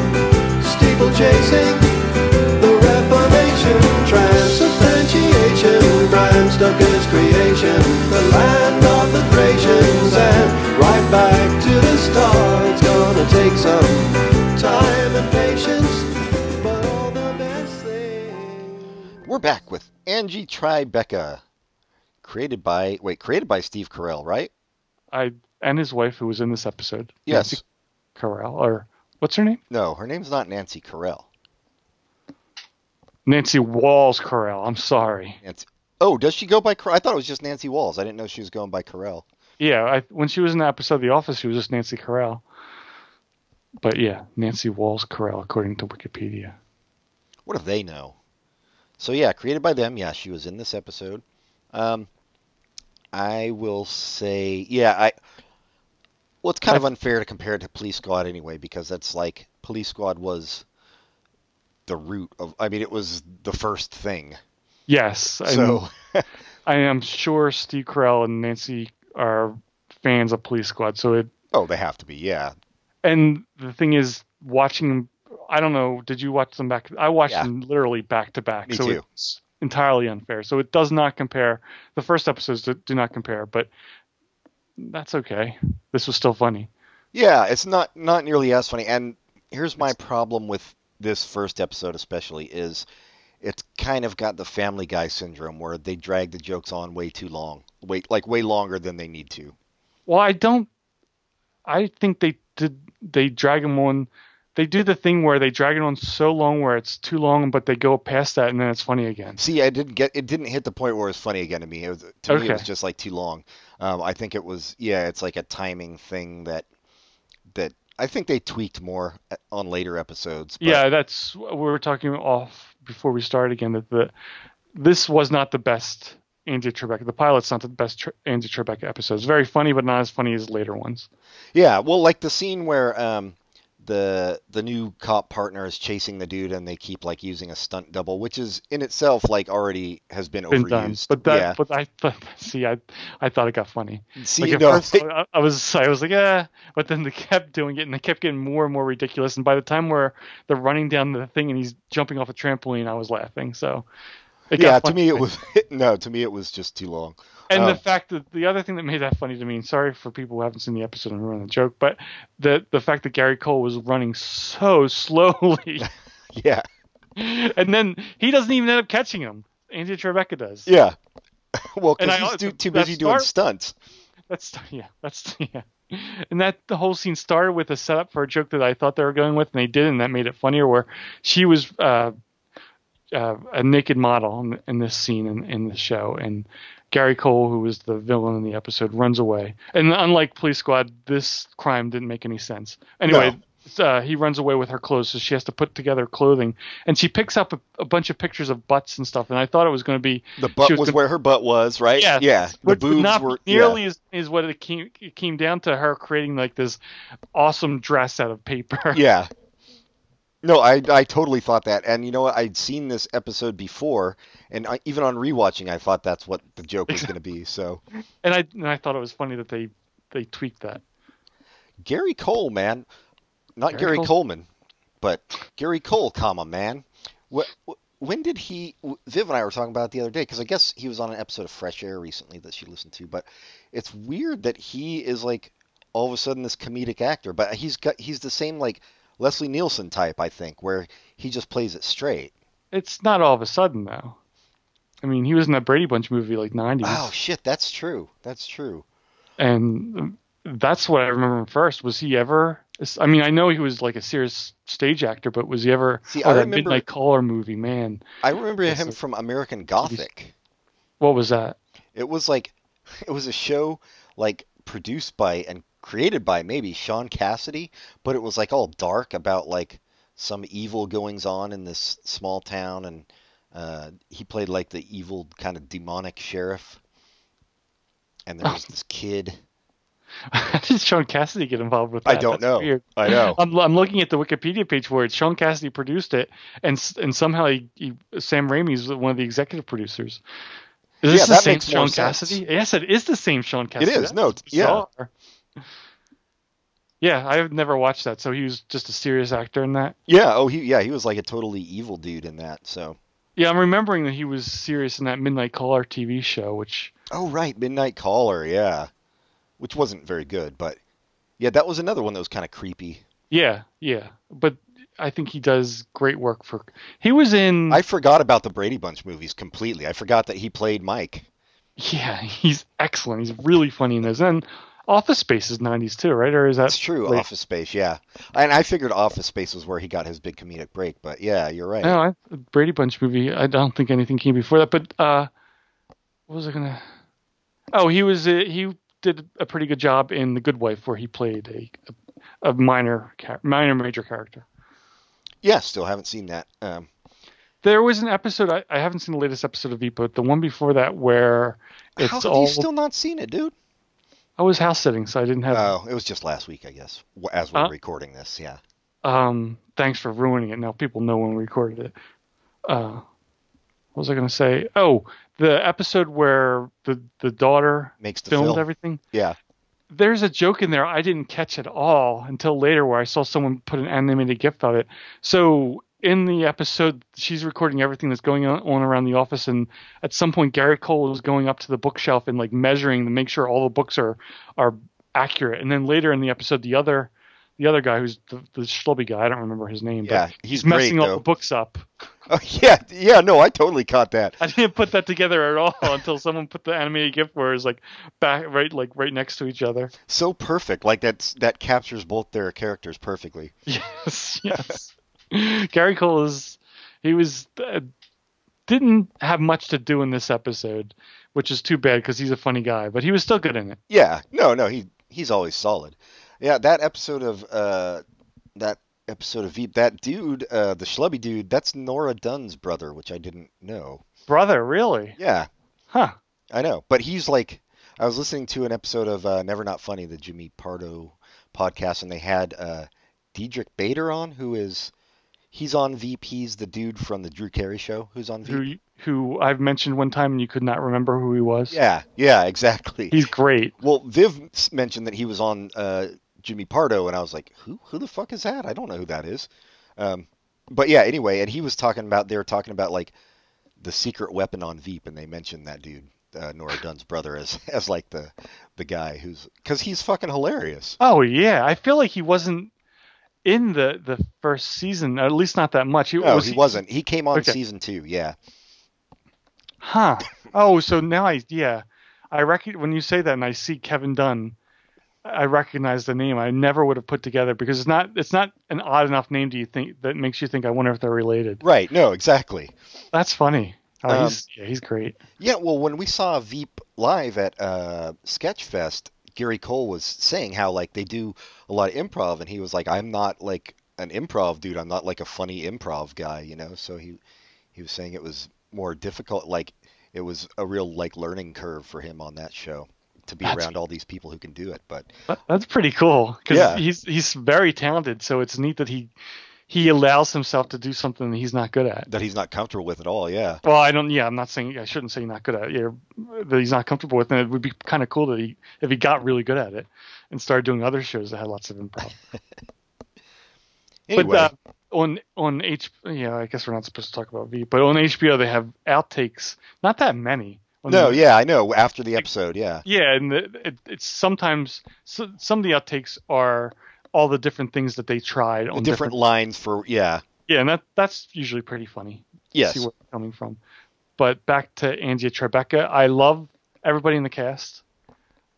steeple chasing. The Reformation, transubstantiation, Bram Stoker's creation, the land of the Thracians, and right back to the start. It's gonna take some time and patience, but all the best things.
We're back with Angie Tribeca, created by wait, created by Steve Carell, right?
I and his wife, who was in this episode.
Yes.
Nancy Corral, or what's her name?
No, her name's not Nancy Carell.
Nancy Walls Corral. I'm sorry.
Nancy. Oh, does she go by Carell? I thought it was just Nancy Walls. I didn't know she was going by Carell.
Yeah, I, when she was in the episode of The Office, she was just Nancy Corral. But yeah, Nancy Walls Corral, according to Wikipedia.
What do they know? So yeah, created by them. Yeah, she was in this episode. Um, I will say, yeah, I. Well, it's kind of unfair to compare it to Police Squad anyway, because that's like Police Squad was the root of. I mean, it was the first thing.
Yes, I,
So
I am sure Steve Corral and Nancy are fans of Police Squad. So it,
oh, they have to be. Yeah,
and the thing is, watching them, I don't know. Did you watch them back? I watched
Yeah.
them literally back to back.
Me
so
too.
it's entirely unfair. So it does not compare. The first episodes do- do not compare, but that's okay. This was still funny.
Yeah, it's not not nearly as funny. And here's my problem with this first episode especially is it's kind of got the Family Guy syndrome where they drag the jokes on way too long, wait like way longer than they need to.
Well, I don't. I think they did. They drag him on. They do the thing where they drag it on so long where it's too long, but they go past that and then it's funny again.
See, I didn't get it didn't hit the point where it was funny again to me. It was to me it was
Okay.
just like too long. Um, I think it was yeah, it's like a timing thing that that I think they tweaked more uh, on later episodes. But
Yeah, that's we were talking off before we started again that the this was not the best Andy Tribeca. The pilot's not the best Tr- Andy Tribeca episode. It's very funny, but not as funny as later ones.
Yeah, well, like the scene where um, the the new cop partner is chasing the dude, and they keep like using a stunt double, which is in itself like already has been,
been done.
overused.
But that,
yeah,
but I but, see, I I thought it got funny.
see,
like at
no,
first, I, I was I was like, yeah, but then they kept doing it, and they kept getting more and more ridiculous. And by the time where they're running down the thing and he's jumping off a trampoline, I was laughing. So, it
yeah,
got
to
funny.
me it was no, to me it was just too long.
And the
um,
fact that the other thing that made that funny to me, and sorry for people who haven't seen the episode and ruin the joke, but the the fact that Gary Cole was running so slowly,
Yeah,
and then he doesn't even end up catching him. Andy Trevecca does.
yeah. well,
And
because
I
he's
also-
too, too
that
busy doing
start-
stunts.
That's yeah. That's yeah. And that the whole scene started with a setup for a joke that I thought they were going with, and they did, and that made it funnier. Where she was uh, uh, a naked model in, in this scene in, in the show, and Gary Cole, who was the villain in the episode, runs away. And unlike Police Squad, this crime didn't make any sense. Anyway. Uh, he runs away with her clothes, so she has to put together clothing. And she picks up a, a bunch of pictures of butts and stuff. And I thought it was going to be
The butt
She
was,
was gonna-
where her butt was, right?
yeah,
yeah. The
which would
boobs
not be
were yeah.
nearly as is what it came it came down to her creating like this awesome dress out of paper.
Yeah. No, I I totally thought that, and you know what? I'd seen this episode before, and I, even on rewatching, I thought that's what the joke was going to be. So
and I and I thought it was funny that they they tweaked that.
Gary Cole, man, not Gary,
Gary Cole.
Coleman, but Gary Cole, comma man. Wh- wh- When did he? w- Viv and I were talking about it the other day because I guess he was on an episode of Fresh Air recently that she listened to. But it's weird that he is like all of a sudden this comedic actor, but he's got he's the same like Leslie Nielsen type, I think, where he just plays it straight.
It's not all of a sudden though. I mean, he was in that Brady Bunch movie like '90s,
Oh shit, that's true. That's true.
and that's what I remember him first. Was he ever? I mean, I know he was like a serious stage actor, but was he ever?
See,
oh,
I
that
remember-
Midnight Caller movie, man.
I remember
Yes,
him
sir.
from American Gothic.
What was that?
It was like it was a show like produced by and created by maybe Sean Cassidy, but it was like all dark about like some evil goings on in this small town and uh, he played like the evil kind of demonic sheriff. And there was this kid.
How did Sean Cassidy get involved with
I
that?
don't
That's
know.
Weird.
I know.
I'm, I'm looking at the Wikipedia page for it. Sean Cassidy produced it, and s- and somehow he, he, Sam Raimi is one of the executive producers.
Yeah,
Is this the
that
same
makes
Sean
more sense.
Cassidy? Yes, it is the same Sean Cassidy.
is.
That's
No, it's- yeah.
bizarre. Yeah, I've never watched that, so he was just a serious actor in that.
Yeah, oh he yeah, he was like a totally evil dude in that, so
Yeah, I'm remembering that he was serious in that Midnight Caller TV show, which
Oh right, Midnight Caller, yeah. Which wasn't very good, but yeah, that was another one that was kind of creepy.
yeah, yeah, but I think he does great work for. He was in
I forgot about the Brady Bunch movies completely. I forgot that he played Mike.
Yeah, he's excellent. He's really funny in those. And Office Space is '90s too, right? Or is that
That's true,
late?
Office Space, yeah. And I figured Office Space was where he got his big comedic break, but yeah, you're right.
No, I, Brady Bunch movie. I don't think anything came before that. But uh, what was I gonna? Oh, he was uh, he did a pretty good job in The Good Wife, where he played a a, a minor char- minor major character.
Yeah, still haven't seen that. Um,
There was an episode I, I haven't seen the latest episode of V, but the one before that where it's
how have
all
you still not seen it, dude?
I was house sitting, so I didn't have
Oh, it was just last week, I guess, w- as we're
Huh?
recording this, yeah.
Um, thanks for ruining it. Now people know when we recorded it. Uh, what was I going to say? Oh, the episode where the the daughter
Makes the
filmed
film.
everything.
Yeah.
There's a joke in there I didn't catch at all until later, where I saw someone put an animated GIF of it. So in the episode, she's recording everything that's going on on around the office, and at some point, Gary Cole is going up to the bookshelf and like measuring to make sure all the books are are accurate. And then later in the episode, the other the other guy who's the, the schlubby guy, I don't remember his name,
Yeah,
but
he's
he's messing
great,
all
though.
the books up.
Oh, yeah, yeah, no, I totally caught that.
I didn't put that together at all until someone put the animated GIF where it's like back right like right next to each other.
So perfect. Like that's that captures both their characters perfectly.
Yes, yes. Gary Cole is he was uh, didn't have much to do in this episode, which is too bad because he's a funny guy, but he was still good in it.
Yeah, no, no, he he's always solid. Yeah, that episode of uh, that episode of Veep, that dude, uh, the schlubby dude, that's Nora Dunn's brother, which I didn't know.
Brother, really?
Yeah,
Huh.
I know, but he's like, I was listening to an episode of uh, Never Not Funny, the Jimmy Pardo podcast, and they had uh, Diedrich Bader on, who is he's on Veep. He's the dude from the Drew Carey show who's on Veep.
who who I've mentioned one time and you could not remember who he was.
Yeah, yeah, exactly.
He's great.
Well, Viv s- mentioned that he was on uh, Jimmy Pardo, and I was like, "Who? Who the fuck is that? I don't know who that is." Um, but yeah, anyway, and he was talking about they were talking about like the secret weapon on Veep, and they mentioned that dude uh, Nora Dunn's brother as as like the the guy who's because he's fucking hilarious.
Oh yeah, I feel like he wasn't in the the first season, or at least not that much. He,
No,
was
he wasn't. He came on
Okay.
season two. Yeah,
Huh. Oh, so now I yeah, I rec- when you say that and I see Kevin Dunn, I recognize the name. I never would have put together because it's not it's not an odd enough name. Do you think that makes you think I wonder if they're related?
right. No, exactly.
That's funny. Oh,
Um,
he's yeah, he's great.
Yeah, well, when we saw Veep live at uh, Sketchfest, Gary Cole was saying how like they do a lot of improv, and he was like, "I'm not like an improv dude. I'm not like a funny improv guy," you know. So he he was saying it was more difficult. Like it was a real like learning curve for him on that show to be
That's-
around all these people who can do it. But
That- That's pretty cool because
Yeah.
he's he's very talented. So it's neat that he he allows himself to do something that he's not good at.
that he's not comfortable with at all. Yeah,
Well, I don't. Yeah, I'm not saying I shouldn't say not good at it. Yeah, that he's not comfortable with, and it would be kind of cool that he if he got really good at it and started doing other shows that had lots of improv.
anyway,
But uh, on on H, yeah, I guess we're not supposed to talk about V, but on HBO they have outtakes. Not that many. On
no,
the-
yeah, I know. After the episode, yeah,
yeah, and the, it, it's sometimes so, some of the outtakes are all the different things that they tried
the
on
different lines for yeah,
Yeah, and that that's usually pretty funny. to
yes,
See where it's coming from. But back to Angie Tribeca, I love everybody in the cast.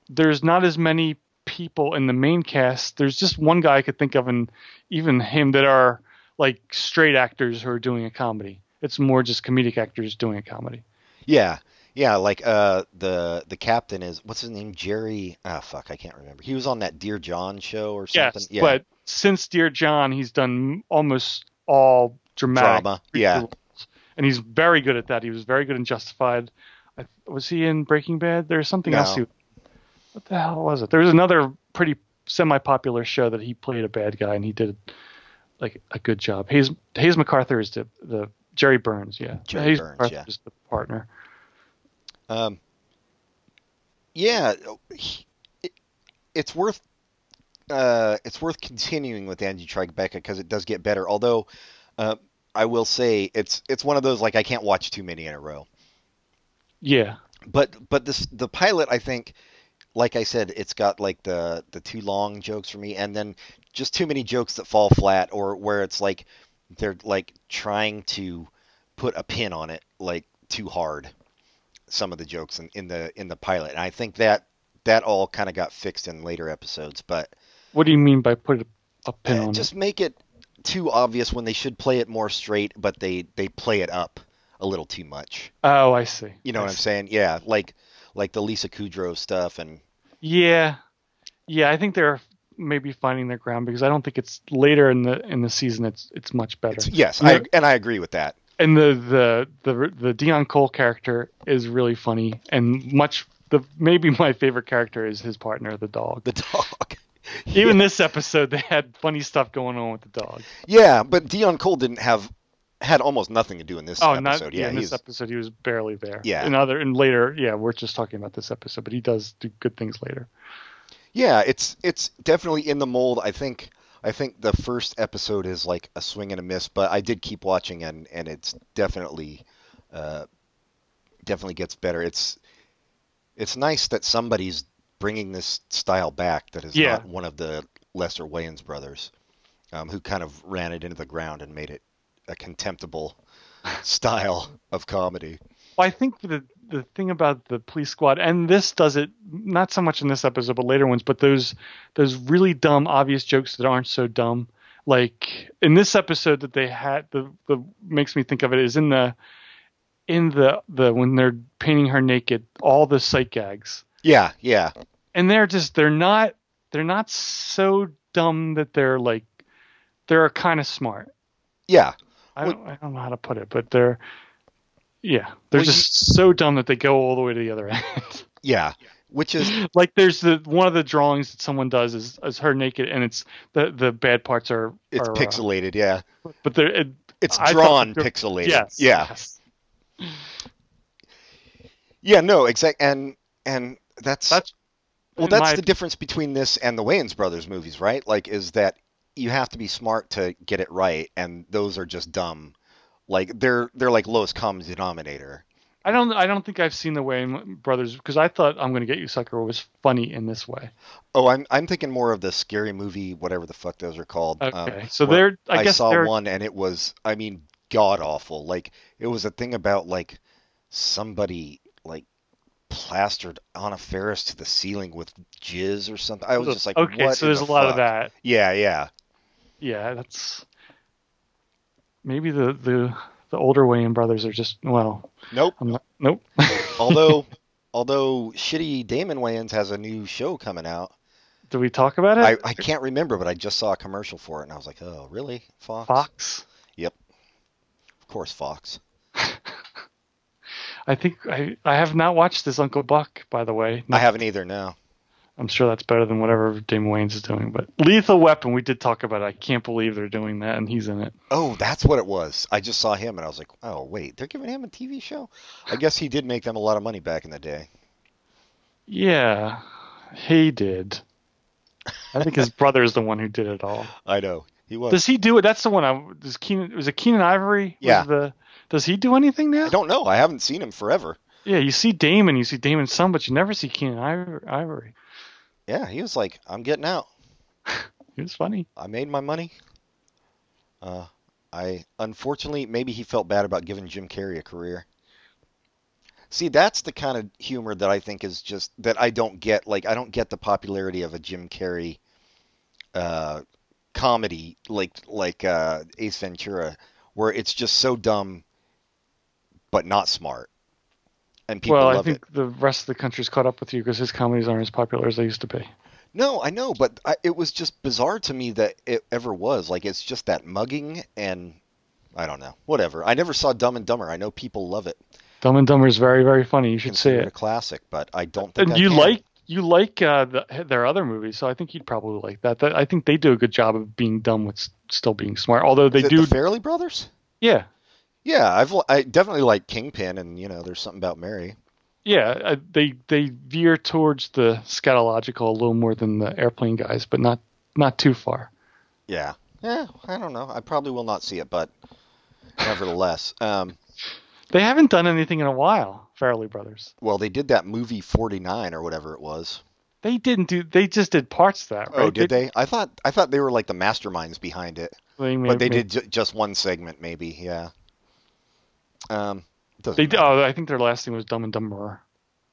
There's not as many people in the main cast. There's just one guy I could think of, and even him that are like straight actors who are doing a comedy. It's more just comedic actors doing a comedy.
Yeah, yeah, like uh the the captain is what's his name? Jerry. Ah, fuck, I can't remember. He was on that Dear John show or something.
Yes,
yeah,
but since Dear John, he's done almost all dramatic
drama. Yeah,
roles, and he's very good at that. He was very good in Justified. I, was he in Breaking Bad? There was something else. He,
No.
what the hell was it? There was another pretty semi-popular show that he played a bad guy, and he did like a good job. Hayes Hayes MacArthur is the, the Jerry Burns, yeah.
Jerry
Hayes
Burns,
MacArthur
yeah.
is the partner.
um, yeah, he- it, it's worth uh it's worth continuing with Angie Tribeca because it does get better. Although, uh, I will say it's it's one of those like I can't watch too many in a row.
Yeah,
But but this the pilot I think like I said it's got like the the too long jokes for me and then just too many jokes that fall flat or where it's like they're like trying to put a pin on it like too hard some of the jokes in, in the in the pilot and I think that that all kind of got fixed in later episodes but
what do you mean by put a, a pin
uh,
on
just
it?
make it too obvious when they should play it more straight but they they play it up a little too much
Oh, I see.
you know
I
what I'm
see.
saying? Yeah, like like the Lisa Kudrow stuff and
Yeah, yeah. I think they're maybe finding their ground because I don't think it's later in the in the season. It's it's much better.
it's, yes,
Yeah.
I and I agree with that.
and the the the the Dion Cole character is really funny and much the maybe my favorite character is his partner the dog.
The dog.
Even this episode they had funny stuff going on with the dog.
Yeah, but Dion Cole didn't have had almost nothing to do in this
Oh,
episode.
not
yeah,
in
he's
this episode he was barely there.
Yeah.
In other and later, yeah, we're just talking about this episode, but he does do good things later.
yeah, it's it's definitely in the mold. I think I think the first episode is like a swing and a miss, but I did keep watching and and it's definitely uh, definitely gets better. It's it's nice that somebody's bringing this style back that is
Yeah.
not one of the lesser Wayans brothers, um, who kind of ran it into the ground and made it a contemptible style of comedy.
Well, I think the the thing about the police squad and this does it not so much in this episode but later ones, but those those really dumb obvious jokes that aren't so dumb. Like in this episode that they had the the makes me think of it is in the in the the when they're painting her naked, all the sight gags.
Yeah, yeah,
And they're just they're not they're not so dumb that they're like they're kind of smart.
yeah.
I
Well-
don't, I don't know how to put it, but they're yeah, they're
Well, you-
just so dumb that they go all the way to the other end.
Yeah. Which is
like there's the one of the drawings that someone does is, is her naked and it's the the bad parts are
it's
are, uh,
pixelated, yeah.
but they're it,
It's
I thought
drawn
the-
pixelated.
yes
Yeah.
yes.
Yeah, no, exact and and that's
that's
well
in
that's
my-
the difference between this and the Wayans brothers movies, right? Like is that you have to be smart to get it right and those are just dumb. Like they're they're like lowest common denominator.
I don't I don't think I've seen the way brothers because I thought I'm gonna get you sucker was funny in this way
Oh, I'm I'm thinking more of the scary movie, whatever the fuck those are called.
okay
Um,
so
where-
they're I,
I,
guess
saw
they're
one and it was, I mean, god awful. Like it was a thing about like somebody like plastered Anna Ferris to the ceiling with jizz or something. I was just like,
okay
what
so
in
there's
the
a lot of
fuck?
that
Yeah, yeah,
yeah, that's maybe the the the older Wayne brothers are just well,
nope.
I'm not, nope.
although, although shitty Damon Wayans has a new show coming out.
Do we talk about it?
I, I can't remember, but I just saw a commercial for it and I was like, oh, really, Fox?
Fox.
Of course, Fox.
I think I I have not watched this Uncle Buck by the way.
I haven't either now.
I'm sure that's better than whatever Damon Wayne's is doing. But Lethal Weapon, we did talk about. it. I can't believe they're doing that, and he's in it.
Oh, that's what it was. I just saw him and I was like, oh, wait, they're giving him a TV show? I guess he did make them a lot of money back in the day.
Yeah, he did. I think his brother is the one who did it all.
I know. He was.
Does he do it? That's the one. I does Keenan was it Keenan Ivory? was
Yeah.
The, does he do anything now?
I don't know. I haven't seen him forever.
Yeah, you see Damon, you see Damon's son, but you never see Keenan Iv- Ivory.
Yeah, he was like, I'm getting out.
He was funny.
I made my money. Uh, I unfortunately maybe he felt bad about giving Jim Carrey a career. See, that's the kind of humor that I think is just that I don't get. Like, I don't get the popularity of a Jim Carrey uh, comedy like like uh, Ace Ventura, where it's just so dumb but not smart, and people
well, I
love it.
think the rest of the country's caught up with you because his comedies aren't as popular as they used to be.
No, I know, but I, it was just bizarre to me that it ever was. Like, it's just that mugging and I don't know, whatever. I never saw Dumb and Dumber. I know people love it,
Dumb and Dumber is very, very funny. You should see
consider it a
it.
classic, but I don't think
And
I
you
can.
like you like uh, the, their other movies, so I think you'd probably like that. That- I think they do a good job of being dumb with s- still being smart. Although they
Is it
do,
the Fairley Brothers.
yeah,
Yeah, I've li- I definitely like Kingpin, and you know, there's something about Mary.
yeah, uh, they they veer towards the scatological a little more than the airplane guys, but not not too far.
Yeah, yeah. I don't know. I probably will not see it, but nevertheless, um,
They haven't done anything in a while, Farrelly Brothers.
well, they did that movie 49 or whatever it was.
They didn't do. They just did parts of that. Right?
Oh, did they? I thought I thought they were like the masterminds behind it.
They may-
but they
may-
did ju- just one segment, maybe. Yeah. Um, doesn't
They did,
matter.
oh, I think their last thing was Dumb and Dumber,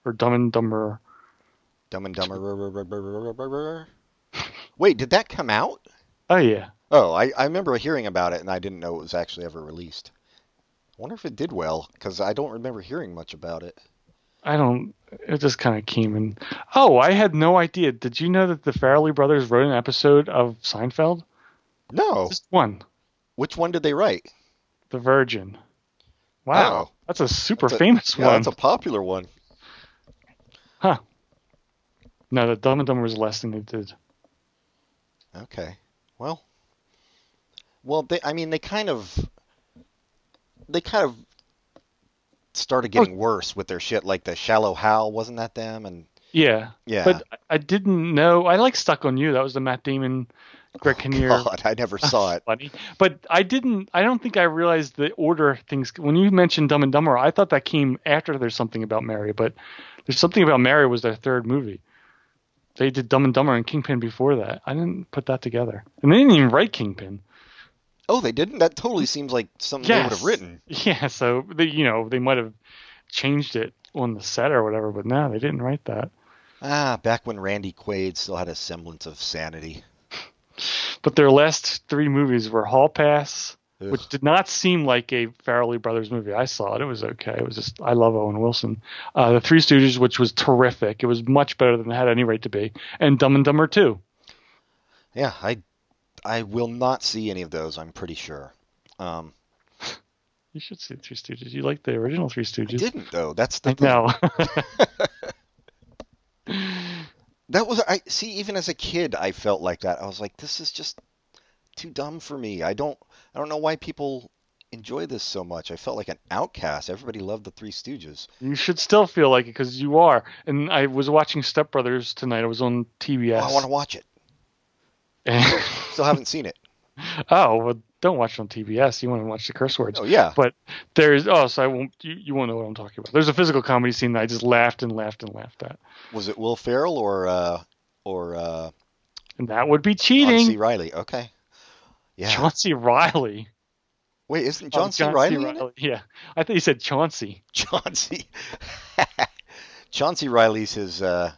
or Dumb and Dumber.
Dumb and Dumber. Wait, did that come out?
Oh yeah,
Oh, I, I remember hearing about it, and I didn't know it was actually ever released. I wonder if it did well, because I don't remember hearing much about it.
I don't. It just kind of came in. Oh, I had no idea. Did you know that the Farrelly brothers wrote an episode of Seinfeld?
No.
Just one,
Which one did they write?
The Virgin. Wow,
Oh.
that's a super
That's a-
famous
Yeah,
one.
that's a popular one.
No, the Dumb and Dumber was the last thing they did.
Okay. Well. Well, they. I mean, they kind of. They kind of started
Oh.
getting worse with their shit, like the Shallow Hal, wasn't that them? And
Yeah,
yeah.
but I- I didn't know. I like Stuck on You. That was the Matt Damon, Greg Kinnear
God, I never saw it.
funny. But I didn't. I don't think I realized the order of things. When you mentioned Dumb and Dumber, I thought that came after There's Something About Mary. But There's Something About Mary was their third movie. They did Dumb and Dumber and Kingpin before that. I didn't put that together, and they didn't even write Kingpin.
Oh, they didn't? That totally seems like something they would have
Yes.
written.
Yeah, so they, you know they might have changed it on the set or whatever, but no, they didn't write that.
Ah, back when Randy Quaid still had a semblance of sanity.
But their last three movies were Hall Pass,
Ugh.
which did not seem like a Farrelly Brothers movie. I saw it; it was okay. It was just I love Owen Wilson. Uh, the Three Stooges, which was terrific. It was much better than it had any right to be. And Dumb and Dumber Two.
Yeah, I I will not see any of those, I'm pretty sure. Um,
You should see the Three Stooges. You like the original Three
I
Stooges?
didn't though. That's the
I
thing.
know.
That was I see even as a kid I felt like that. I was like this is just too dumb for me. I don't I don't know why people enjoy this so much. I felt like an outcast. Everybody loved the Three Stooges.
You should still feel like it because you are. And I was watching Step Brothers tonight. I was on TBS.
Oh, I want to watch it. Still haven't seen it.
oh well, don't watch it on TBS. You want to watch the curse words.
Oh yeah.
But there's oh, so I won't. You, you won't know what I'm talking about. There's a physical comedy scene that I just laughed and laughed and laughed at,
Was it Will Ferrell or uh or uh
and that would be
John
cheating.
C. Riley? Okay. Yeah.
Chauncey Riley.
Wait, isn't
Oh,
John, C. Riley? in it?
Yeah, I thought you said Chauncey.
Chauncey. Chauncey Riley's his uh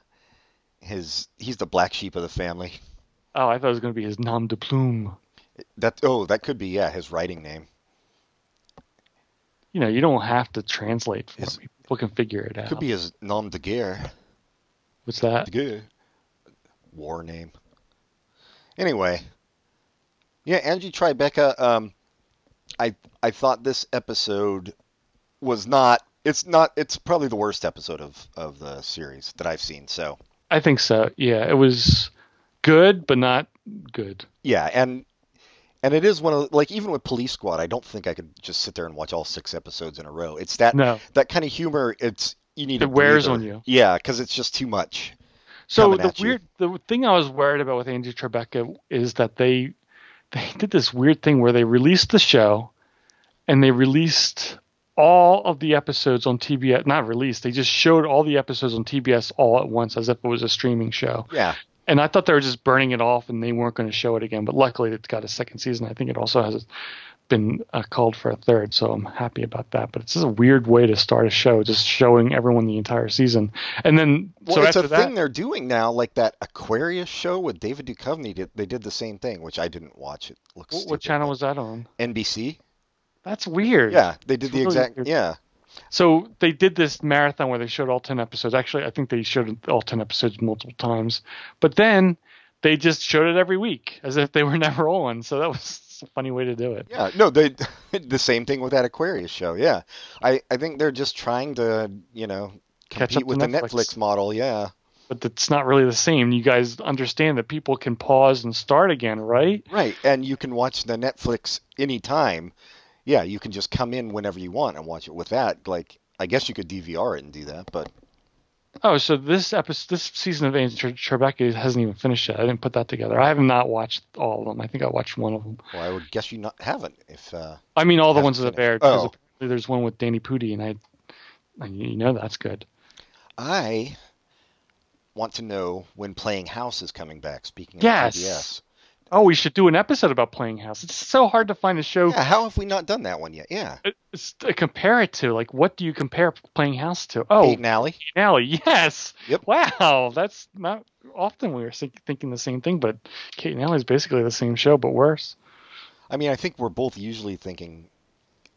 his he's the black sheep of the family.
Oh, I thought it was going to be his nom de plume.
That oh, that could be yeah, his writing name.
You know, you don't have to translate for
It's-
me. People can figure it out.
Could be his nom de guerre.
What's that?
De guerre. War name. Anyway. Yeah, Angie Tribeca um I I thought this episode was not it's not it's probably the worst episode of of the series that I've seen. So,
I think so. Yeah, it was good, but not good.
yeah, and and it is one of like even with Police Squad, I don't think I could just sit there and watch all six episodes in a row. It's that
No.
that kind of humor, it's you need
It
a
wears on
breather.
you.
Yeah, cuz it's just too much.
So
coming
the
at you.
weird, the thing I was worried about with Angie Tribeca is that they they did this weird thing where they released the show, and they released all of the episodes on TBS. Not released, they just showed all the episodes on TBS all at once, as if it was a streaming show.
Yeah.
And I thought they were just burning it off, and they weren't going to show it again. But luckily, it got a second season. I think it also has been uh, called for a third, so I'm happy about that. But it's just a weird way to start a show, just showing everyone the entire season, and then
Well,
so
it's
after
a
that.
thing they're doing now, like that Aquarius show with David Duchovny. Did, they did the same thing, which I didn't watch. It looks.
What,
stupid,
what channel
but-
was that on?
NBC?
That's weird.
Yeah, they did
It's
the
really
exact.
weird.
Yeah,
So they did this marathon where they showed all 10 episodes. Actually, I think they showed all 10 episodes multiple times. But then they just showed it every week as if they were never on. So that was a funny way to do it.
yeah. No, they the same thing with that Aquarius show. Yeah, I I think they're just trying to you know
Catch
compete
up to
with the
Netflix.
Netflix model. Yeah,
But it's not really the same. You guys understand that people can pause and start again, right?
right. And you can watch the Netflix anytime. Yeah, you can just come in whenever you want and watch it with that. Like, I guess you could DVR it and do that, but
Oh, so this episode, this season of Agent Tre- Tribeca hasn't even finished yet. I didn't put that together. I have not watched all of them. I think I watched one of them.
well, I would guess you not haven't if. Uh,
I mean, all the
Hasn't
ones that have
finished.
aired. Because
Oh.
apparently there's one with Danny Pudi, and I, and you know that's good.
I want to know when Playing House is coming back. Speaking of
Yes.
TBS.
Oh, we should do an episode about Playing House. It's so hard to find a show
Yeah, how have we not done that one yet? Yeah.
it's to compare it to. Like, what do you compare Playing House to? Oh,
Peyton Alley.
Alley. Yes.
Yep.
Wow, that's not often we are think, thinking the same thing, but Kate and Alley is basically the same show, but worse
I mean, I think we're both usually thinking,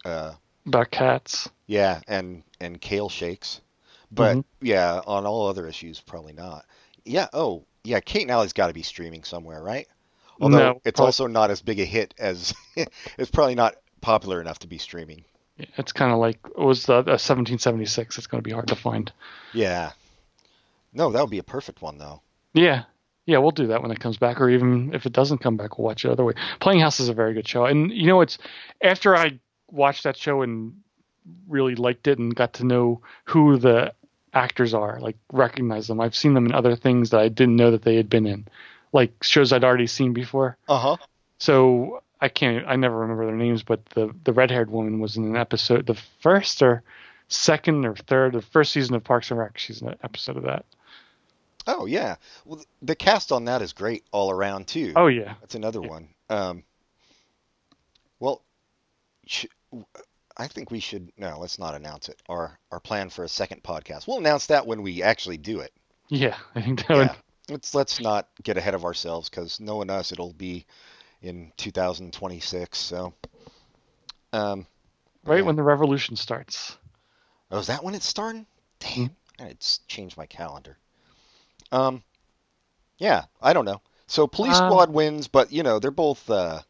uh,
about cats.
yeah, and and kale shakes, but
Mm-hmm.
yeah, on all other issues, probably not. Yeah. Oh, yeah. Kate and Alley's got to be streaming somewhere, right? Although
No,
it's
probably-
also not as big a hit as it's probably not popular enough to be streaming.
It's kind of like it was the, uh, 1776. It's going to be hard to find.
Yeah. No, that would be a perfect one though.
Yeah. Yeah, we'll do that when it comes back, or even if it doesn't come back, we'll watch it other way. Playing House is a very good show. And you know, it's after I watched that show and really liked it and got to know who the actors are, like recognize them. I've seen them in other things that I didn't know that they had been in. Like shows I'd already seen before.
Uh huh.
So I can't I never remember their names, but the the red haired woman was in an episode the first or second or third the first season of Parks and Rec, she's in an episode of that.
Oh yeah, well, th- the cast on that is great all around too.
Oh yeah.
That's another
yeah.
one. Um, well, sh- I think we should. No, let's not announce it. Our our plan for a second podcast. We'll announce that when we actually do it.
Yeah. I think that
Yeah.
would
Let's let's not get ahead of ourselves because knowing us, it'll be in 2026. So, um,
right
Yeah.
when the revolution starts.
Oh, is that when it's starting? Damn, I had to change my calendar. Um, yeah, I don't know. So Police
Um,
Squad wins, but you know they're both. Uh,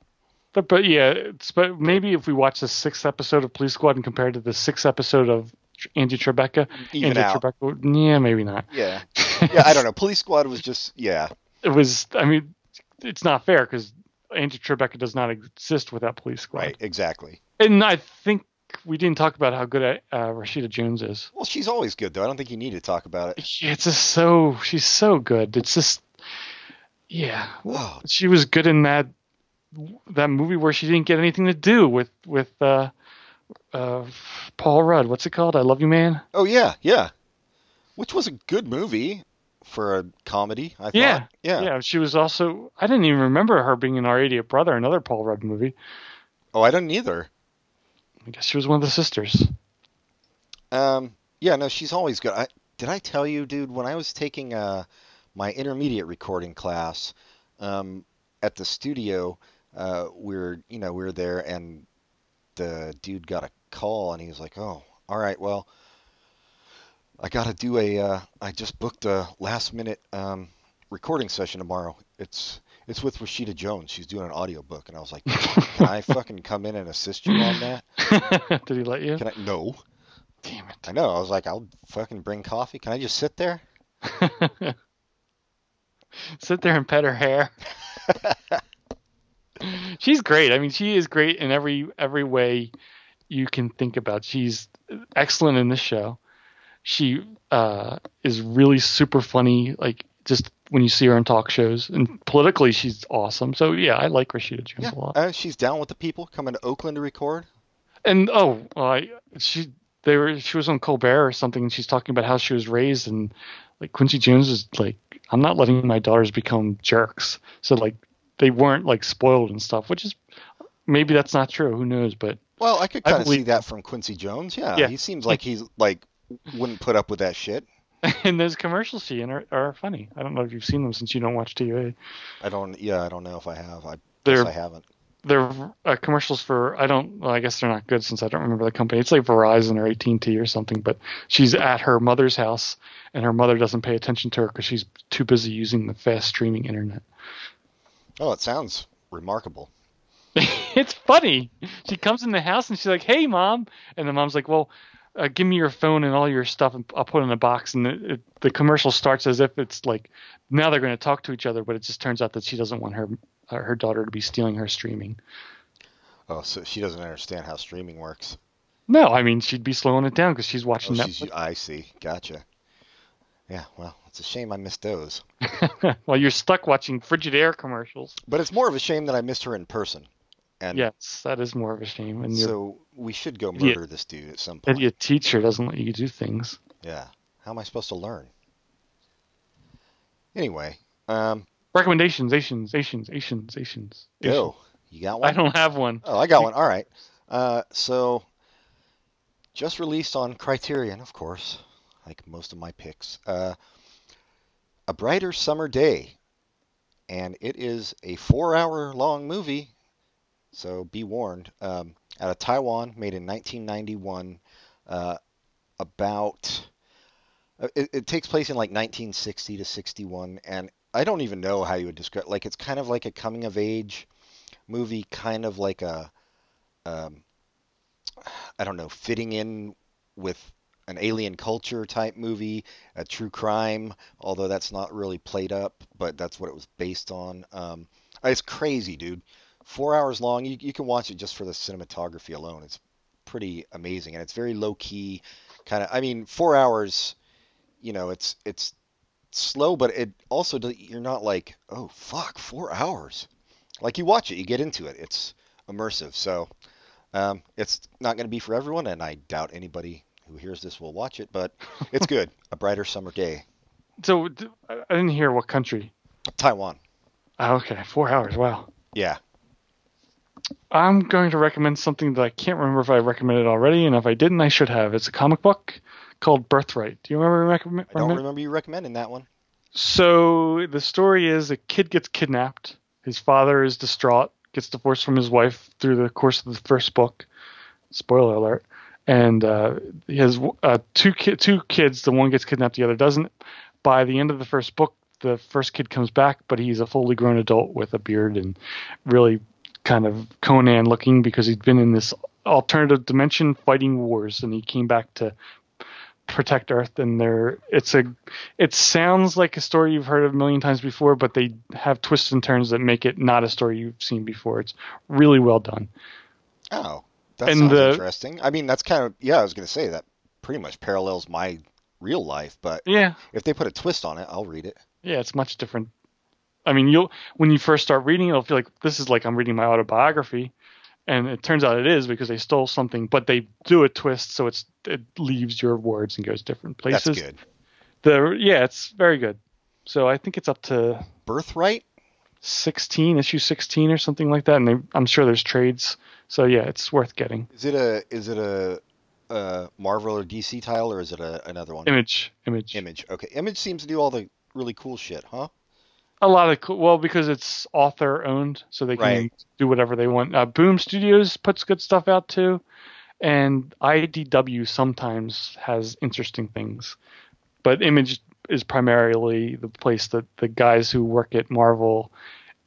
But, but yeah, it's, but maybe if we watch the sixth episode of Police Squad and compare it to the sixth episode of Tr- Angie Tribeca,
Even
Angie
out.
Tribeca, yeah, maybe not.
yeah, yeah, I don't know. Police Squad was just yeah,
It was. I mean, it's not fair because Andrew Tribeca does not exist without Police Squad.
right, exactly.
And I think we didn't talk about how good uh, Rashida Jones is.
Well, she's always good though. I don't think you need to talk about it.
It's just so she's so good. It's just yeah,
Whoa,
she was good in that that movie where she didn't get anything to do with with uh, uh, Paul Rudd. What's it called? I Love You, Man.
Oh yeah, yeah. Which was a good movie for a comedy, I thought.
Yeah,
Yeah.
She was also I didn't even remember her being in Our Idiot Brother, another Paul Rudd movie.
Oh, I don't either.
I guess she was one of the sisters.
Um yeah, no, she's always good. I, did I tell you, dude, when I was taking uh my intermediate recording class um at the studio, uh we were, you know, we were there and the dude got a call and he was like, "Oh, all right, well, I got to do a uh I just booked a last minute um recording session tomorrow. It's it's with Rashida Jones. She's doing an audiobook." And I was like, "Can I fucking come in and assist you on that?"
Did he let you?
Can I No.
Damn it.
I know. I was like, I'll fucking bring coffee. Can I just sit there?
sit there and pet her hair. She's great. I mean, she is great in every every way you can think about. She's excellent in this show. She uh, is really super funny. Like just when you see her on talk shows and politically, she's awesome. So yeah, I like Rashida Jones
Yeah.
a lot.
Uh, she's down with the people coming to Oakland to record.
and oh, I she they were she was on Colbert or something, and she's talking about how she was raised, and like Quincy Jones is like, I'm not letting my daughters become jerks. So like they weren't like spoiled and stuff, which is maybe that's not true. Who knows? But
Well, I could
I
kind of see
believe-
that from Quincy Jones. Yeah,
Yeah.
he seems like he's like wouldn't put up with that shit.
and those commercials she in are, are funny. I don't know if you've seen them since you don't watch TV.
I don't. Yeah, I don't know if I have. I guess
They're
I haven't.
they're uh, commercials for I don't well, I guess they're not good since I don't remember the company. It's like Verizon or AT and T or something. But she's at her mother's house, and her mother doesn't pay attention to her because she's too busy using the fast streaming internet.
Oh, it sounds remarkable.
it's funny. She comes in the house and she's like, "Hey, mom," and the mom's like, "Well." Uh, give me your phone and all your stuff, and I'll put it in a box. And it, it, the commercial starts as if it's like now they're going to talk to each other, but it just turns out that she doesn't want her uh, her daughter to be stealing her streaming.
Oh, so she doesn't understand how streaming works.
No, I mean she'd be slowing it down because she's
Oh,
watching Netflix.
she's, I see. Gotcha. Yeah. Well, it's a shame I missed those.
well, you're stuck watching Frigidaire commercials.
But it's more of a shame that I missed her in person. And
Yes, that is more of a shame. And your
so we should go
Yeah.
murder this dude at some point.
idiot teacher doesn't let you do things.
Yeah. How am I supposed to learn? Anyway, um,
Recommendations, Asians, Asians, Asians, Asians.
go. You got one?
I don't have one.
Oh, I got one. All right. Uh, so, just released on Criterion, of course, like most of my picks. Uh, a Brighter Summer Day. And it is a four hour long movie, so be warned. Um, out of Taiwan, made in 1991, uh, about. uh, It, it takes place in like 1960 to 61, and I don't even know how you would describe. Like it's kind of like a coming of age movie, kind of like a, um, I don't know, fitting in with an alien culture type movie, a true crime, although that's not really played up, but that's what it was based on. Um, it's crazy, dude. Four hours long. You, you can watch it just for the cinematography alone. It's pretty amazing, and it's very low key, kind of. I mean, four hours. You know, it's it's slow, but it also do- you're not like, oh fuck, four hours like you watch it, you get into it. It's immersive. So um, it's not going to be for everyone, and I doubt anybody who hears this will watch it. But it's good. A brighter summer day.
So d- I I didn't hear what country.
Taiwan.
Ah, okay, four hours. Wow.
Yeah.
I'm going to recommend something that I can't remember if I recommended already, and if I didn't, I should have. It's a comic book called Birthright. Do you remember? Recommend,
I don't remember you recommending that one.
So the story is a kid gets kidnapped. His father is distraught, gets divorced from his wife through the course of the first book. Spoiler alert. And uh, he has uh, two ki- two kids. The one gets kidnapped, the other doesn't. By the end of the first book, the first kid comes back, but he's a fully grown adult with a beard and really kind of Conan looking because he'd been in this alternative dimension fighting wars, and he came back to protect Earth, and they're it's a it sounds like a story you've heard a million times before, but they have twists and turns that make it not a story you've seen before. It's really well done.
Oh, that
And
sounds
the-
interesting. I mean, that's kind of yeah. I was gonna say that pretty much parallels my real life, but
Yeah,
if they put a twist on it, I'll read it.
yeah, it's much different. I mean, you'll when you first start reading, it'll feel like this is like I'm reading my autobiography, and it turns out it is because they stole something, but they do a twist, so it's it leaves your words and goes different places.
That's good.
The yeah, it's very good. So I think it's up to
Birthright.
16, issue 16 or something like that, and they, I'm sure there's trades. So yeah, it's worth getting.
Is it a is it a, a Marvel or DC tile or is it a, another one?
Image, image,
Image. Okay. Image seems to do all the really cool shit, huh?
A lot of cool. Well, because it's author owned, so they can
Right.
do whatever they want. Uh, Boom Studios puts good stuff out too, and IDW sometimes has interesting things, but Image is primarily the place that the guys who work at Marvel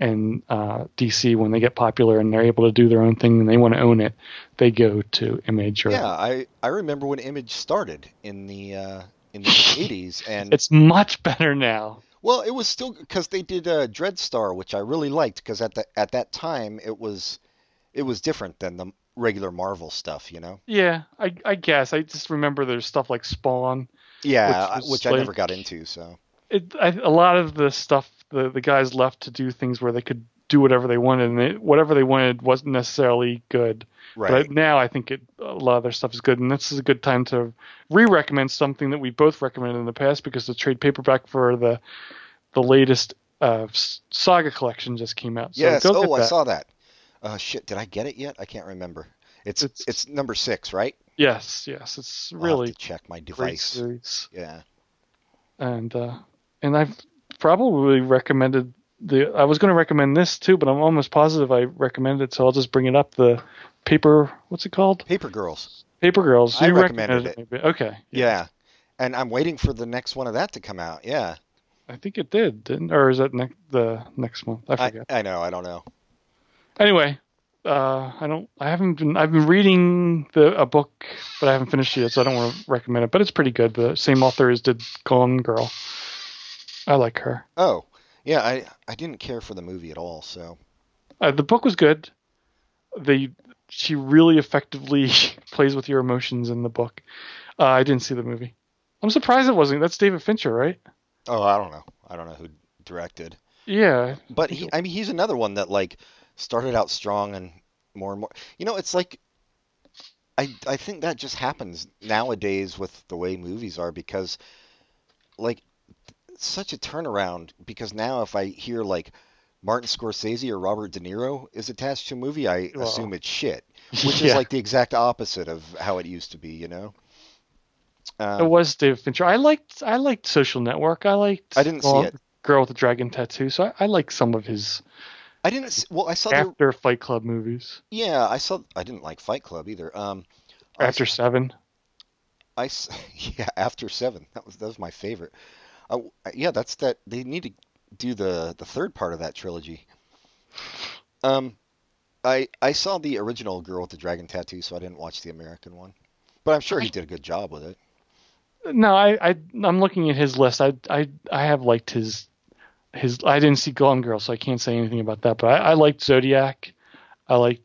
and uh, DC, when they get popular and they're able to do their own thing and they want to own it, they go to Image. Or,
Yeah, I I remember when Image started in the uh, in the 80s and
It's much better now.
Well, it was still because they did uh, Dreadstar, which I really liked because at the at that time it was it was different than the regular Marvel stuff, you know.
Yeah, I, I guess. I just remember there's stuff like Spawn.
Yeah, I-
Which
which,
was
I never
like-
got into. So
It, I, a lot of the stuff, the, the guys left to do things where they could do whatever they wanted, and they, whatever they wanted wasn't necessarily good.
right,
But now I think it, a lot of their stuff is good, and this is a good time to re recommend something that we both recommended in the past because the trade paperback for the the latest uh, s- saga collection just came out. So
yes.
go
Oh,
get
I
that.
saw that. Uh, shit, did I get it yet? I can't remember. It's it's,
It's-
number six, right?
Yes, yes. It's
I'll have
really
to check my
great
device.
series.
Yeah.
and uh, and I've probably recommended the. I was going to recommend this too, but I'm almost positive I recommended it, so I'll just bring it up. The paper, what's it called?
Paper Girls.
Paper Girls.
I recommended
maybe. Okay.
Yeah. And I'm waiting for the next one of that to come out. Yeah.
I think it did, didn't? Or is that ne- the next month? I
I,
forget.
I know. I don't know.
anyway, uh, I don't. I haven't been. I've been reading the a book, but I haven't finished it yet, so I don't want to recommend it. But it's pretty good. The same author as did Gone Girl. I like her.
Oh, yeah. I I didn't care for the movie at all. So
Uh, the book was good. They she really effectively plays with your emotions in the book. Uh, I didn't see the movie. I'm surprised it wasn't. That's David Fincher, right?
oh, I don't know. I don't know who directed.
Yeah,
But
think
he,
it-
I mean, he's another one that like started out strong and more and more. You know, it's like I I think that just happens nowadays with the way movies are because like such a turnaround because now if I hear like Martin Scorsese or Robert De Niro is attached to a movie, I
Well,
assume it's shit, which is
yeah.
like the exact opposite of how it used to be, you know?
it
Um,
was David Fincher. I liked I liked Social Network. I liked
I didn't see
Girl-
it.
Girl with the Dragon Tattoo. So I, I like some of his
I didn't, s- well, I saw the,
after Fight Club movies.
yeah, I saw, I didn't like Fight Club either. Um, I
After Seven,
I s- yeah, after seven. That was that was my favorite. Uh, yeah, that's that. They need to do the the third part of that trilogy. Um, I I saw the original Girl with the Dragon Tattoo, so I didn't watch the American one, but I'm sure he did a good job with it.
no, I, I I'm looking at his list. I I I have liked his his. I didn't see Gone Girl, so I can't say anything about that. But I, I liked Zodiac. I like.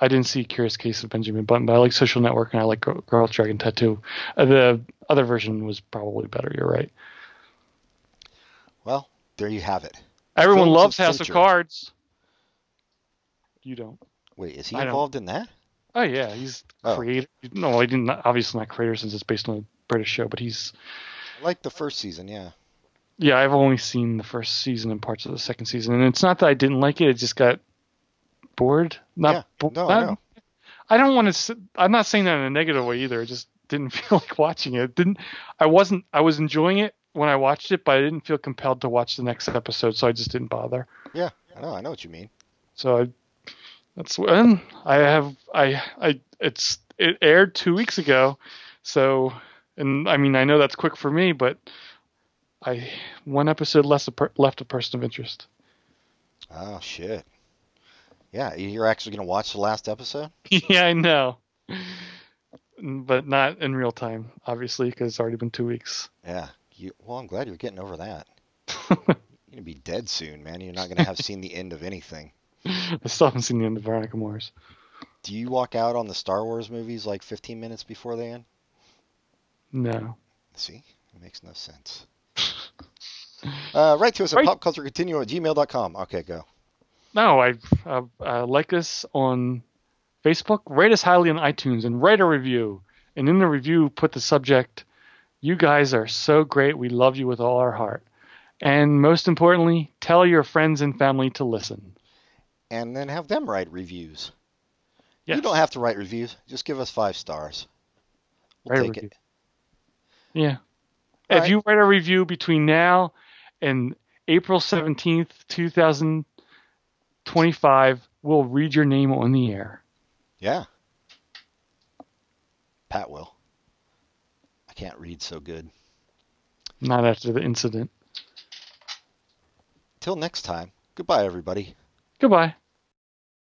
I didn't see Curious Case of Benjamin Button, but I like Social Network and I like Girl, Girl with Dragon Tattoo. Uh, the other version was probably better. You're right.
Well, there you have it.
Everyone
Films of
loves House of
Fincher.
Cards. You don't.
Wait, is he
I don't-
involved in that?
Oh yeah, he's
Oh.
creator. No, he didn't. Obviously not creator since it's based on a British show, but he's
I liked the first season, yeah.
Yeah, I've only seen the first season and parts of the second season, and it's not that I didn't like it; it just got bored. Not
Yeah,
bo-
no, I
not-
know.
I don't want to. I'm not saying that in a negative way either. I just didn't feel like watching it. Didn't I? Wasn't I was enjoying it when I watched it, but I didn't feel compelled to watch the next episode, so I just didn't bother.
Yeah, I know, I know what you mean.
So I, that's when I have I I it's it aired two weeks ago, so and I mean I know that's quick for me, but I one episode less a per, left a person of interest.
Oh shit. Yeah, you're actually gonna watch the last episode?
yeah, I know. but not in real time, obviously, because it's already been two weeks.
Yeah. You, well, I'm glad you're getting over that. You're gonna be dead soon, man. You're not gonna have seen the end of anything.
I still haven't seen the end of Veronica Mars.
Do you walk out on the Star Wars movies like 15 minutes before they end?
No.
See, it makes no sense. Uh, write to us at
Right.
popculturecontinuum at gmail.com. Okay, go.
No, I uh, uh, like us on Facebook, rate us highly on iTunes, and write a review. And in the review, put the subject, You guys are so great. We love you with all our heart. And most importantly, tell your friends and family to listen.
And then have them write reviews.
Yes.
You don't have to write reviews. Just give us five stars. We'll
Write a
take
review.
it.
Yeah.
All
if
right.
you write a review between now and April 17th, 2025, we'll read your name on the air.
Yeah. Pat will. I can't read so good.
Not after the incident.
Till next time. Goodbye, everybody.
Goodbye.